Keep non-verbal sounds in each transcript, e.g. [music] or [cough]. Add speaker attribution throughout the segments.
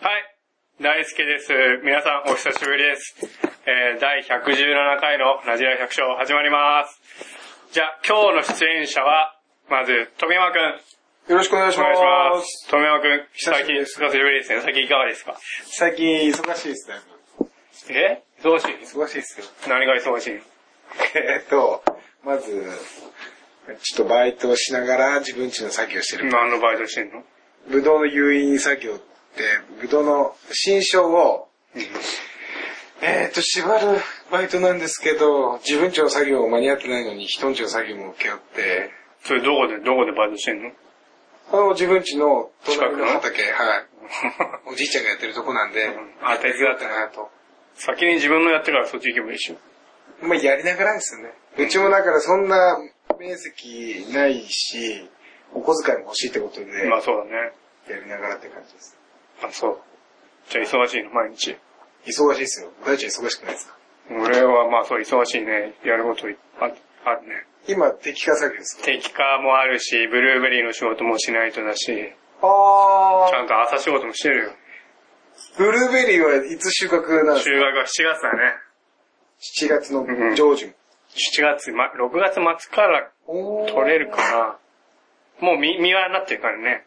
Speaker 1: はい。大輔です。皆さんお久しぶりです。えー、第117回のラジラ百姓始まります。じゃあ、今日の出演者は、まず、富山くん。
Speaker 2: よろしくお願いし
Speaker 1: お
Speaker 2: ま
Speaker 1: 願い
Speaker 2: す。
Speaker 1: します。富山くん、
Speaker 2: 久しぶ
Speaker 1: 最近、
Speaker 2: りです
Speaker 1: 久しぶりですね。最近いかがですか
Speaker 2: 最近忙しいですね。
Speaker 1: え忙しい
Speaker 2: 忙しいですよ。 [laughs]
Speaker 1: 何が忙しい
Speaker 2: えっと、まず、ちょっとバイトをしながら自分ちの作業してる。
Speaker 1: 何のバイトしてんの
Speaker 2: ぶどうの誘引作業って、ぶどうの新梢を、えっと、縛るバイトなんですけど、自分ちの作業も間に合ってないのに、人んちの作業も請け負って、
Speaker 1: それどこで、どこでバイトしてんの
Speaker 2: あの、自分ちの隣
Speaker 1: 近く
Speaker 2: の
Speaker 1: の
Speaker 2: 畑、はい。おじいちゃんがやってるとこなんで、
Speaker 1: [laughs] あ手伝って
Speaker 2: たなと。
Speaker 1: 先に自分のやってからそっち行けばいいでしょ。
Speaker 2: まあ、やりながらですよね。うちもだからそんな面積ないし、お小遣いも欲しいってことで、
Speaker 1: まあそうだね。
Speaker 2: やりながらって感じです。
Speaker 1: あ、そう。じゃあ忙しいの、毎日。
Speaker 2: 忙しいですよ。大ちゃん忙しくないですか
Speaker 1: 俺はまあそう、忙しいね。やることいっぱいあるね。
Speaker 2: 今、敵化作業ですか
Speaker 1: 適化もあるし、ブルーベリーの仕事もしないとだし、ち
Speaker 2: あ
Speaker 1: ゃんと朝仕事もしてるよ。
Speaker 2: ブルーベリーはいつ収穫なんです
Speaker 1: 収穫は7月だね。
Speaker 2: か ?7 月の上旬。
Speaker 1: 7月、ま、6月末から
Speaker 2: おー
Speaker 1: 取れるか。な。もう実、実はなってるからね。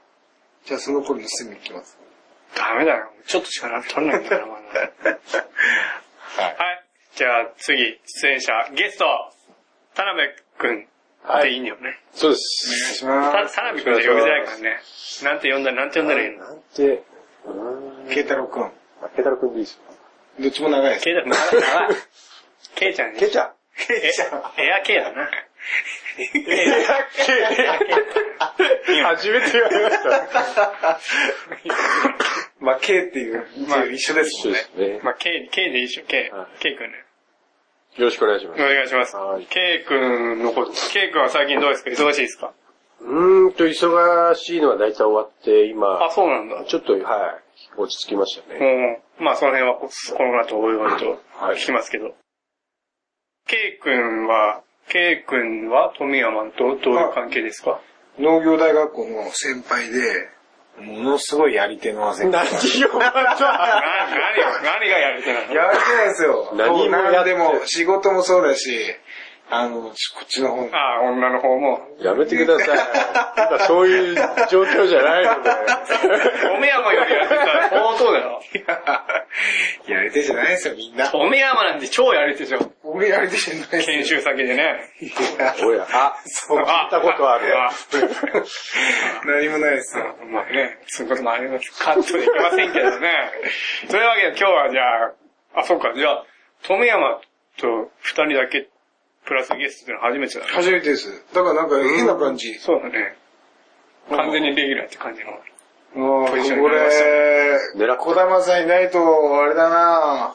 Speaker 2: じゃあその頃の隅行きます。
Speaker 1: ダメだよ。ちょっとしかな取れないんだから、まだ。 [laughs] はい。
Speaker 2: はい。
Speaker 1: じゃあ次、出演者、ゲスト、田辺くん。
Speaker 3: はい
Speaker 1: でいいんだよね。
Speaker 3: そ
Speaker 2: お
Speaker 3: うで
Speaker 2: 願い
Speaker 3: す。
Speaker 2: しま
Speaker 1: た
Speaker 2: す。
Speaker 1: 田辺くんって呼びづらいからね。なんて呼んだら、なんて呼んだらいいの
Speaker 3: なんて、うーん。
Speaker 2: ケイタロウくん。
Speaker 3: あケイタロウくんでいいですよ。
Speaker 2: どっちも長いです。
Speaker 1: ケイちゃん、長い。ケイちゃんね
Speaker 3: ケイちゃん。
Speaker 2: ケイちゃん。
Speaker 1: え [laughs] エアケイだな。
Speaker 3: 初めて言われました。
Speaker 2: まあ、ケイっていう字は一緒です
Speaker 3: そ
Speaker 2: も
Speaker 3: うんで
Speaker 2: ね。
Speaker 3: すね。
Speaker 1: まあ、K、K でいいでしょ、K
Speaker 3: は。
Speaker 1: K くんね。
Speaker 3: よろしくお願いしま
Speaker 1: お
Speaker 3: す。
Speaker 1: 願いします
Speaker 3: はい。
Speaker 1: K くんのこと、K くんは最近どうですか忙しいですか
Speaker 3: うーんと、忙しいのは大体終わって、
Speaker 1: あ、
Speaker 3: 今、
Speaker 1: そうなんだ。も
Speaker 3: ちょっと、はい、落ち着きましたね。
Speaker 1: う、まあ、その辺はこ、この後、おいおいと
Speaker 3: はい
Speaker 1: 聞きますけど。K くんは、K くんは富山とどういう関係ですか
Speaker 2: 農業大学校の先輩で、ものすごいやり手の先輩。
Speaker 3: 何よ、
Speaker 1: な何を、何がやるってなの
Speaker 2: やり手なんですよ。
Speaker 3: 何もや
Speaker 2: 何
Speaker 3: って
Speaker 2: でも、仕事もそうだし、あの、ちこっちの方
Speaker 1: ああ、女の方 [laughs] も。
Speaker 3: やめてください。今そういう状況じゃないので。
Speaker 1: 富山よりやってたら相当だよ。
Speaker 2: [laughs] やり手じゃないですよ、みんな。
Speaker 1: 富山なんて超やるでしょ。
Speaker 2: 俺やり手じゃない
Speaker 1: 研
Speaker 2: ですよ。
Speaker 1: 修先でね。
Speaker 3: おや、あ、
Speaker 2: [laughs] そう。
Speaker 1: あ
Speaker 3: 聞いたことある
Speaker 1: あ
Speaker 2: 何もないですよ。
Speaker 1: まあね、そういうこともあります。カットできませんけどね。
Speaker 3: [laughs]
Speaker 1: というわけで今日はじゃあ、あ、そうか、じゃあ、富山と二人だけ、プラスゲストってのは初めてだね。
Speaker 2: 初めてです。だからなんか変な感じ。
Speaker 1: そうだね。完全にレギュラーって感じの。
Speaker 2: もう、こ
Speaker 1: ポジションになりまし
Speaker 2: れ、
Speaker 3: 狙って
Speaker 2: 小玉さんいないと、あれだな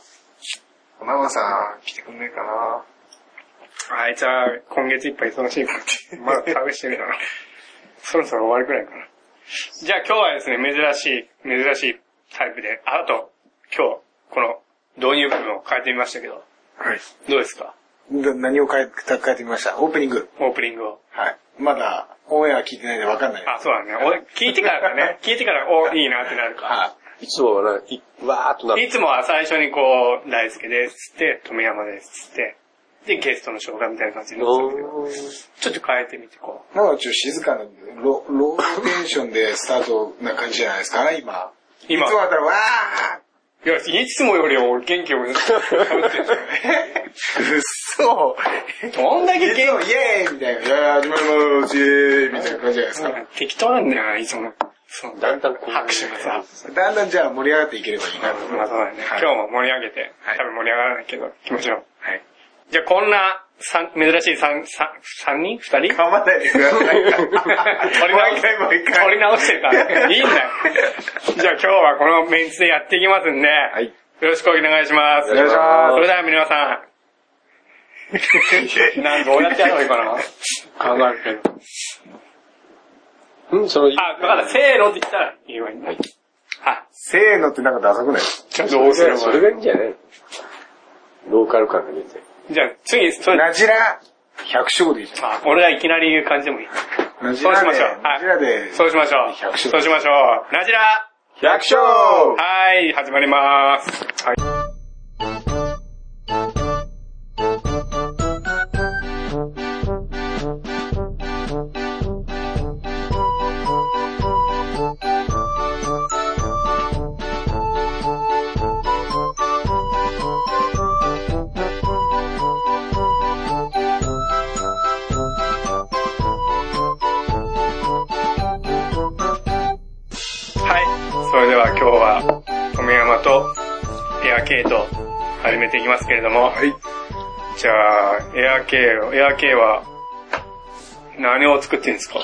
Speaker 2: 小玉さん、来てくんないかな
Speaker 1: あいつは今月いっぱい忙しいからって、まだ試してるから。そろそろ終わるくらいかな。じゃあ今日はですね、珍しい、珍しいタイプで、ああと、今日、この導入部分を変えてみましたけど、
Speaker 2: はい。
Speaker 1: どうですか
Speaker 2: な何を変え、変えてみましたオープニング。
Speaker 1: オープニングを。
Speaker 2: はい。まだ、オンエア聞いてないんで分かんないです。
Speaker 1: あ、そうだね。俺、聞いてからだね。聞いてから、お、いいなってなるか。
Speaker 2: はい
Speaker 3: つもはな、いわーっとなっ
Speaker 1: い
Speaker 3: て、
Speaker 1: つもは最初にこう、大輔ですっつって、富山ですっつって、で、ゲストの紹介みたいな感じになってたけど、
Speaker 3: おー
Speaker 1: ちょっと変えてみてこう。
Speaker 2: い。なんかちょっと静かなんで、ロ、ローテンションでスタートな感じじゃないですか、今。
Speaker 1: 今
Speaker 2: いつもだったら、わ
Speaker 1: いや、いつもより俺元気よく喋ってるじゃん
Speaker 2: [laughs] ーうっそ
Speaker 1: どんだけ
Speaker 2: いつ
Speaker 1: 元
Speaker 2: もイエーイみたいな、いやー始まります、イエーイみたいな感じじゃないです
Speaker 1: 気な
Speaker 2: か。
Speaker 1: んか適当なんだよな、いつも。そう
Speaker 3: だんだんこう
Speaker 1: 拍手がさ。
Speaker 2: だんだんじゃあ盛り上がっていければいいなと思い
Speaker 1: ま
Speaker 2: ま
Speaker 1: あ
Speaker 2: す。
Speaker 1: そうだね。
Speaker 2: はい
Speaker 1: 今日も盛り上げて、
Speaker 2: はい
Speaker 1: 多分盛り上がらないけど、行きましょう。
Speaker 2: はい。
Speaker 1: じゃあこんな、三珍しい三、三、三人二人
Speaker 2: 噛まないでく
Speaker 1: [laughs]
Speaker 2: ださい。
Speaker 1: 毎回
Speaker 2: 毎
Speaker 1: 撮り直してるから。いいんだよ。じゃあ今日はこのメンツでやっていきますんで、
Speaker 2: はい。
Speaker 1: よろしくお願いします。
Speaker 3: お願いします
Speaker 1: それでは皆さん。なんどうやってやればいいかな考えるけど。
Speaker 3: うん、その、
Speaker 1: あ、だからせーのって言ったら言えばいいんだ。あ、
Speaker 2: せーのってなんかダサくないです
Speaker 1: じゃあどうすればいい
Speaker 3: それがいいんじゃないのローカル感が出て。
Speaker 1: じゃあ次、そ
Speaker 2: か
Speaker 1: れ、
Speaker 2: ラジラ百姓でいいじ
Speaker 1: まあ、俺らいきなり言う感じでもいい。
Speaker 2: ゃん。ラジ
Speaker 1: そう
Speaker 2: ラ
Speaker 1: しま
Speaker 2: で、
Speaker 1: しょう。
Speaker 2: ラジラで、
Speaker 1: そうしましょう。
Speaker 2: 百姓
Speaker 1: そうしましょう。ラジラ
Speaker 3: 百姓
Speaker 1: はい、始まります。はい、それでは今日は、富山とエア K と始めていきますけれども、
Speaker 2: はい。
Speaker 1: じゃあ、エア K を、エア K は、何を作ってるんですか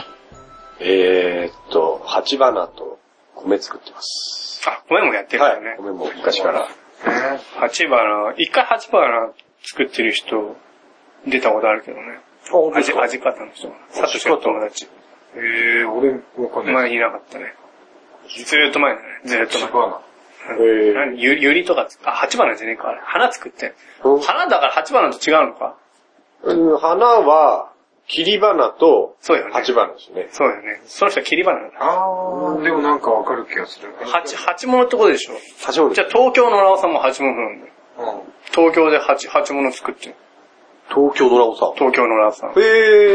Speaker 3: えーっと、鉢花と米作ってます。
Speaker 1: あ、米もやってるんだよね。
Speaker 3: 米も昔から。
Speaker 1: 八花、一回八花作ってる人、出たことあるけどね。
Speaker 3: お
Speaker 1: 味、味方の人が。サトシの友達。
Speaker 2: えー、俺、わかんない。
Speaker 1: 前いなかったね。ずーっと前だね。ずーっと
Speaker 2: 千
Speaker 1: 前。
Speaker 2: 葉な。
Speaker 3: えー
Speaker 1: 何ゆ、ゆりとかつ、あ、八花じゃねえか、あれ。花作って。
Speaker 3: うん
Speaker 1: 花だから八花と違うのか。
Speaker 3: うん花は、切り花と、
Speaker 1: そうよね
Speaker 3: 鉢花ですね。
Speaker 1: そうだよね。その人は切り花なんだ。
Speaker 2: あー、でもなんかわかる気がする。
Speaker 1: 八、八物ってことでしょ。
Speaker 3: 鉢物
Speaker 1: じゃあ東京のラオさんも八物なんだよ。
Speaker 2: う
Speaker 1: 東京で八、八物作ってる。
Speaker 3: 東京のラオさん。
Speaker 1: 東京のラオさん。
Speaker 3: え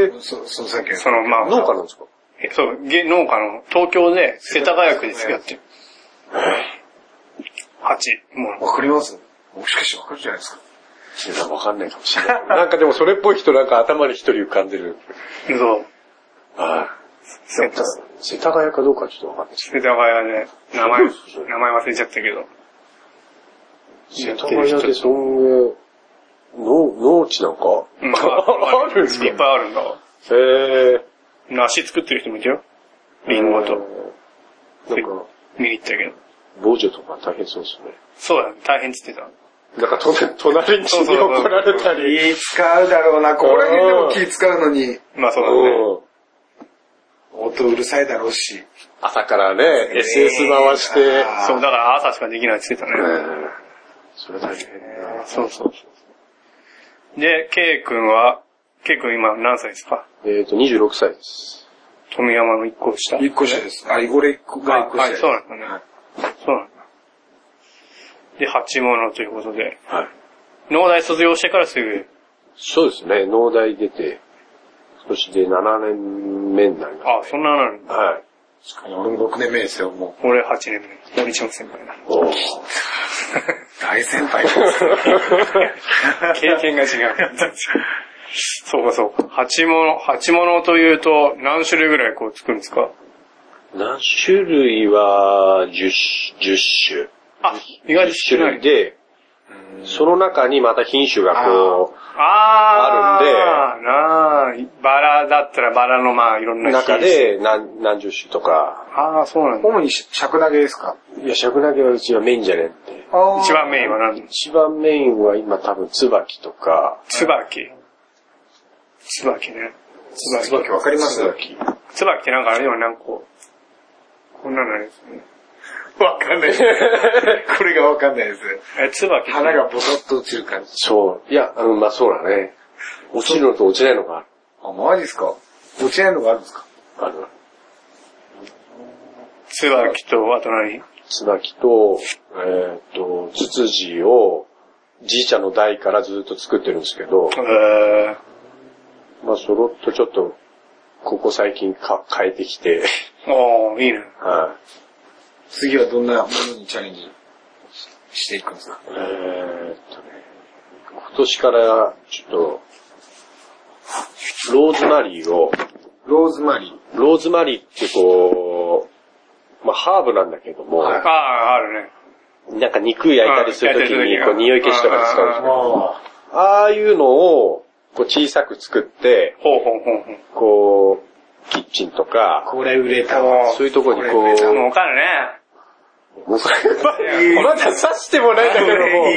Speaker 3: ー、
Speaker 2: ん。そ、そのさっき
Speaker 1: その、まあ、
Speaker 3: 農家なんですか
Speaker 1: えそう、げ農家の、東京で、世田谷区ですやってる。八物。
Speaker 2: わかりますもしかしてわかるじゃないですか。
Speaker 3: 知らんわかんないかもしれない。 [laughs] なんかでもそれっぽい人なんか頭に一人浮かんでる。
Speaker 1: そう。
Speaker 3: はい。
Speaker 1: 世田
Speaker 3: 世田谷かどうかちょっとわかんないです。
Speaker 1: 世田谷で、名前、名前忘れちゃったけど。
Speaker 3: 世田谷でそんな、農、農地なんか、
Speaker 1: うん
Speaker 3: [laughs] あるんですか
Speaker 1: いっぱいあるんだわ。
Speaker 3: えー。
Speaker 1: 梨作ってる人もいたよ。リンゴと。
Speaker 3: えー。なんか、
Speaker 1: 見に行ったけど。
Speaker 3: 防除とか大変そうですね。
Speaker 1: そうだね、大変って言ってた。
Speaker 3: なんか、と [laughs] 隣に
Speaker 1: そうそうそう
Speaker 3: 怒られたり。
Speaker 2: 気使うだろうな、ここら辺でも気使うのに、
Speaker 1: まあそうだね。
Speaker 3: うん
Speaker 2: 音うるさいだろうし。
Speaker 3: 朝からね、SS 回して。
Speaker 2: あー
Speaker 1: そう、だから朝しかできないって言ってたね。
Speaker 3: うんそれ大変だな
Speaker 1: そうそうそう。で、ケイ君は、ケイ君今何歳ですか
Speaker 3: えっと、26歳です。
Speaker 1: 富山の一個下。
Speaker 2: 一個下です。あ、イゴレ一個が一個下
Speaker 1: はい
Speaker 2: です
Speaker 1: そうなんだね
Speaker 2: はい
Speaker 1: そうなんだ。で、八物ということで。
Speaker 3: はい。
Speaker 1: 農大卒業してからすぐ、
Speaker 3: そうですね、農大出て、少しで7年目になりま
Speaker 1: あ、そんななるん
Speaker 3: す。
Speaker 1: だ。
Speaker 3: はい。
Speaker 2: 確かに俺も6年目ですよ、も
Speaker 1: 俺8年目。森島先輩だ。
Speaker 3: おー
Speaker 2: う。大先輩 [laughs] です。
Speaker 3: [laughs]
Speaker 1: 経験が違う。 [laughs] そうかそうか。鉢物、鉢物というと何種類ぐらいこう作るんですか
Speaker 3: 何種類は10、10種。
Speaker 1: あ、意外と
Speaker 3: 10
Speaker 1: 少
Speaker 3: 種
Speaker 1: ない
Speaker 3: 類。で、その中にまた品種がこう、
Speaker 1: あ
Speaker 3: あ
Speaker 1: るんで。なあ、バラだったらバラのまあいろんな品種
Speaker 3: 中。で何何十種とか、
Speaker 1: ああ、そうなんだ。
Speaker 2: 主に尺投げですか
Speaker 3: いや、尺投げはうちはメインじゃねえって。
Speaker 1: 一番メインは何
Speaker 3: 一番メインは今多分椿とか、
Speaker 1: 椿。椿ね。椿。
Speaker 2: 椿わかります
Speaker 3: 椿。
Speaker 1: 椿ってなんかあれよ、なんかこう。こんなのあれですね。
Speaker 2: わかんない。 [laughs] これがわかんないです。
Speaker 1: え、椿。
Speaker 2: 花がボソッと落ちる感じ。
Speaker 3: そう。いや、うん、まあそうだね。落ちるのと落ちないのがある。
Speaker 2: あ、マジですか落ちないのがあるんですか
Speaker 3: ある。
Speaker 1: 椿と、あと何
Speaker 3: 椿と、えーっと、ツツジを、じいちゃんの代からずっと作ってるんですけど、
Speaker 1: えー。
Speaker 3: まあそろっとちょっと、ここ最近か変えてきて、 [laughs]
Speaker 1: おー、いいね。
Speaker 3: は
Speaker 2: 次はどんなものにチャレンジしていくんですか
Speaker 3: い。えーっとね、今年からちょっと、ローズマリーを、
Speaker 2: ローズマリー。
Speaker 3: ローズマリーってこう、まあハーブなんだけども、
Speaker 1: ああ、あるね。
Speaker 3: なんか肉焼いたりするときに、
Speaker 1: うん
Speaker 3: こう匂い消しとかで使うじゃん
Speaker 1: あ
Speaker 3: ああいうのを、こう小さく作って、
Speaker 1: ほうほうほうほう。
Speaker 3: こう、キッチンとか、
Speaker 2: これ売れた
Speaker 1: わ
Speaker 3: そういうとこにこ
Speaker 1: で
Speaker 3: う、
Speaker 1: もおかんね。
Speaker 3: ま
Speaker 1: い
Speaker 3: まだ刺してもないんだけども、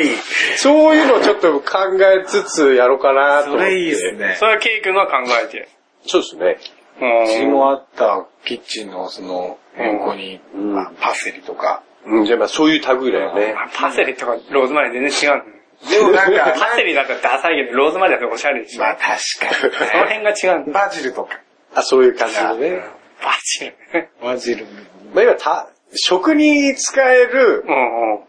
Speaker 3: そういうのをちょっと考えつつやろうかなと
Speaker 2: そ
Speaker 3: 思って。
Speaker 2: れいいです。ね
Speaker 1: そ。れはケイ君が考えて。
Speaker 3: そうですね。
Speaker 1: う
Speaker 2: うち
Speaker 1: ん。
Speaker 2: もあったキッチンのその横に
Speaker 3: うん
Speaker 2: あパセリとか。
Speaker 3: うん、じゃあまあそういう類だよね。
Speaker 1: パセリとかローズマリー全然違うのね。
Speaker 2: でもなんか、 [laughs]
Speaker 1: パセリだったらダサいけど、ローズマリーだったらおしゃれでしょ。
Speaker 2: まあ確
Speaker 1: その
Speaker 2: [laughs] か
Speaker 1: 辺が違うん
Speaker 2: に。
Speaker 1: だ。
Speaker 2: バジルとか。
Speaker 3: あ、そういう感じでね。
Speaker 1: バチルね。
Speaker 2: バジル。
Speaker 3: まあ今た、食に使える
Speaker 1: うんうん。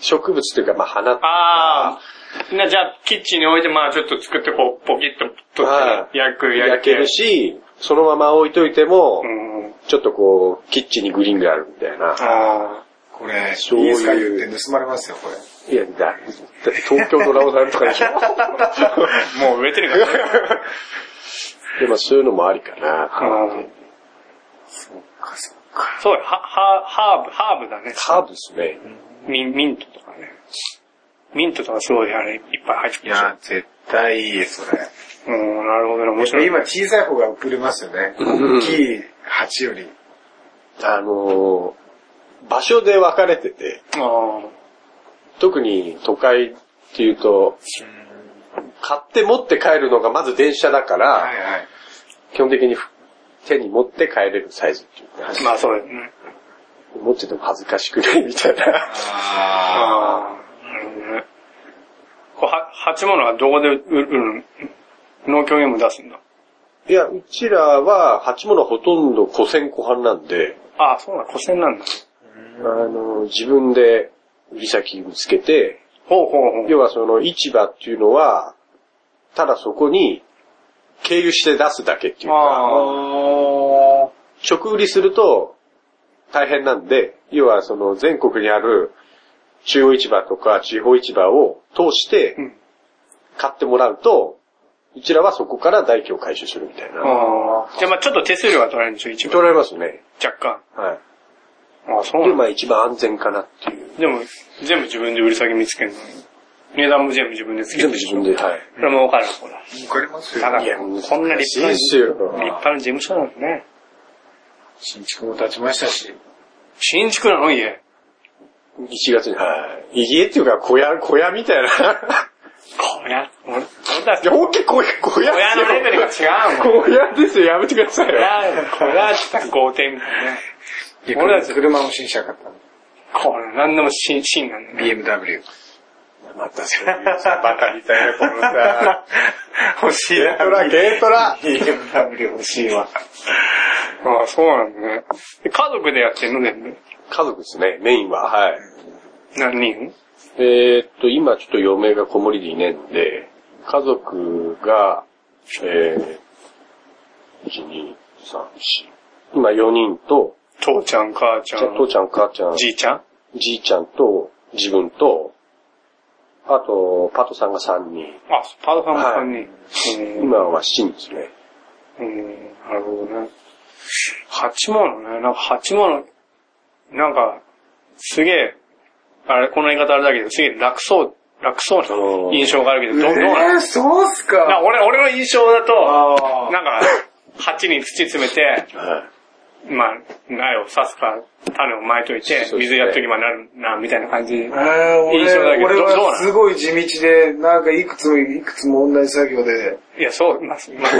Speaker 3: 植物というか、まあ、花とか
Speaker 1: ああ。なじゃあ、キッチンに置いて、まあちょっと作って、こう、ポキッと取
Speaker 3: は
Speaker 1: って、焼く、
Speaker 3: 焼ける。し、そのまま置いといても
Speaker 1: う、んうん。
Speaker 3: ちょっとこう、キッチンにグリーンがあるみたいな。
Speaker 1: あ
Speaker 2: これ、
Speaker 3: そう
Speaker 2: いい
Speaker 3: いう
Speaker 2: ですか言って盗まれますよ、これ。
Speaker 3: いや、だ、だって東京のラオさんとか
Speaker 2: [laughs]
Speaker 3: でしょ。
Speaker 1: あ。もう植えてるから。
Speaker 3: でもそういうのもありかな。
Speaker 1: うんそうよ、は、は、ハーブ、ハーブだね。
Speaker 3: ハーブですね。
Speaker 1: ミン、ミントとかね。ミントとかすごいあれ、いっぱい入ってく
Speaker 2: い
Speaker 1: るでしょ
Speaker 2: や、絶対いいです、それ。
Speaker 1: うん、なるほどね、面白い。
Speaker 2: 今、小さい方が送れますよね。
Speaker 3: うん
Speaker 2: 大きい鉢より。
Speaker 3: あのー場所で分かれてて、
Speaker 1: ああ。
Speaker 3: 特に都会っていうと、買って持って帰るのがまず電車だから、
Speaker 2: はいはい。
Speaker 3: 基本的に手に持って帰れるサイズっていうか、
Speaker 1: まあそうですね。
Speaker 3: 持ってても恥ずかしくないみたい
Speaker 2: [laughs]
Speaker 3: な。
Speaker 2: あ
Speaker 1: ああ。なるほどね。こう、は、鉢物はどこで売るの農協にも出すんだ。
Speaker 3: いや、うちらは鉢物ほとんど古銭古版なんで、
Speaker 1: ああ、そうなん、古銭なんだ。
Speaker 3: あのー自分で売り先見つけて、
Speaker 1: ほうほうほう。
Speaker 3: 要はその市場っていうのは、ただそこに経由して出すだけっていうか、
Speaker 1: ああ。
Speaker 2: あ。
Speaker 3: 直売りすると大変なんで、要はその全国にある中央市場とか地方市場を通して
Speaker 1: うん
Speaker 3: 買ってもらうと、うちらはそこから代金を回収するみたいな。
Speaker 1: ああ。じゃあまあちょっと手数料が取られるんでしょ、一
Speaker 3: 取
Speaker 1: 番。
Speaker 3: られますね。
Speaker 1: 若干。
Speaker 3: は
Speaker 1: ああ、そ
Speaker 3: い。で、
Speaker 1: うな
Speaker 3: ま
Speaker 1: ん
Speaker 3: あ一番安全かなっていう。
Speaker 1: でも、全部自分で売り先見つけるのに。値段も全部自分でつけ
Speaker 3: 全
Speaker 1: る
Speaker 3: 部
Speaker 1: でし
Speaker 3: 自
Speaker 1: ょ
Speaker 3: 分。で、はい。
Speaker 1: それもお金の方だ。
Speaker 2: 儲かりますよ
Speaker 1: だか。ら、
Speaker 3: いや
Speaker 1: こんな立派な、
Speaker 3: 難しいっすよ
Speaker 1: 立派な事務所なのね。
Speaker 2: 新築も建ちましたし。
Speaker 1: 新築なの家。
Speaker 3: 1月に、はい。家っていうか小屋、小屋みたいな。 [laughs]
Speaker 1: 小屋、俺、俺た
Speaker 3: い
Speaker 1: ち
Speaker 3: や、本気小屋、小屋
Speaker 1: 小屋のレベルが
Speaker 3: 違
Speaker 1: 違うもん。
Speaker 3: う。小屋ですよ、やめてください
Speaker 1: 小
Speaker 3: よ。
Speaker 1: 屋、小屋って豪邸みたいなね。俺たち
Speaker 2: 車も新車買ったの。
Speaker 1: これ、なんでも新、新なんだね。
Speaker 2: BMW。
Speaker 3: またそういうさ、バカみたいな、こ
Speaker 1: [laughs]
Speaker 3: のさ、
Speaker 2: 欲しい
Speaker 3: 軽トラ、軽トラ
Speaker 2: BMW 欲しいわ。
Speaker 1: ああ、そうなんだね。で家族でやってんの全部。
Speaker 3: 家族ですね、メインは、はい。
Speaker 1: 何人
Speaker 3: えーっと、今ちょっと嫁が子守りでいねんで、家族が、えー、1、2、3、4、今4人と、
Speaker 1: 父ちゃん、母ちゃ
Speaker 3: じゃあ父
Speaker 1: ん、
Speaker 3: ちゃん、母ちゃん、
Speaker 1: じいちゃん
Speaker 3: じいちゃんと、自分と、あと、パトさんが3人。
Speaker 1: あ、パドさんも3人。うん
Speaker 3: 今は7人ですね。
Speaker 1: うん、なるほどね。鉢物ね、なんか鉢物、なんか、すげえ、あれ、この言い方あれだけど、すげえ楽そう、楽そうな印象があるけど、どうどうなの
Speaker 2: えー、そうっす
Speaker 1: な
Speaker 2: か
Speaker 1: 俺、俺の印象だと、
Speaker 2: あー
Speaker 1: なんか、鉢に土詰めて、
Speaker 3: はい。
Speaker 1: まあ、苗を刺すか、種をまいといて、
Speaker 3: そうです
Speaker 1: 水
Speaker 3: ね
Speaker 1: やっときばなるな、みたいな感じ。
Speaker 2: えー、
Speaker 1: 印象だけ
Speaker 2: 俺、
Speaker 1: どど
Speaker 2: 俺
Speaker 1: うな
Speaker 2: は
Speaker 1: の
Speaker 2: すごい地道で、なんかいくつもいくつも同じ作業で、
Speaker 1: いや、そう、まあ、まあ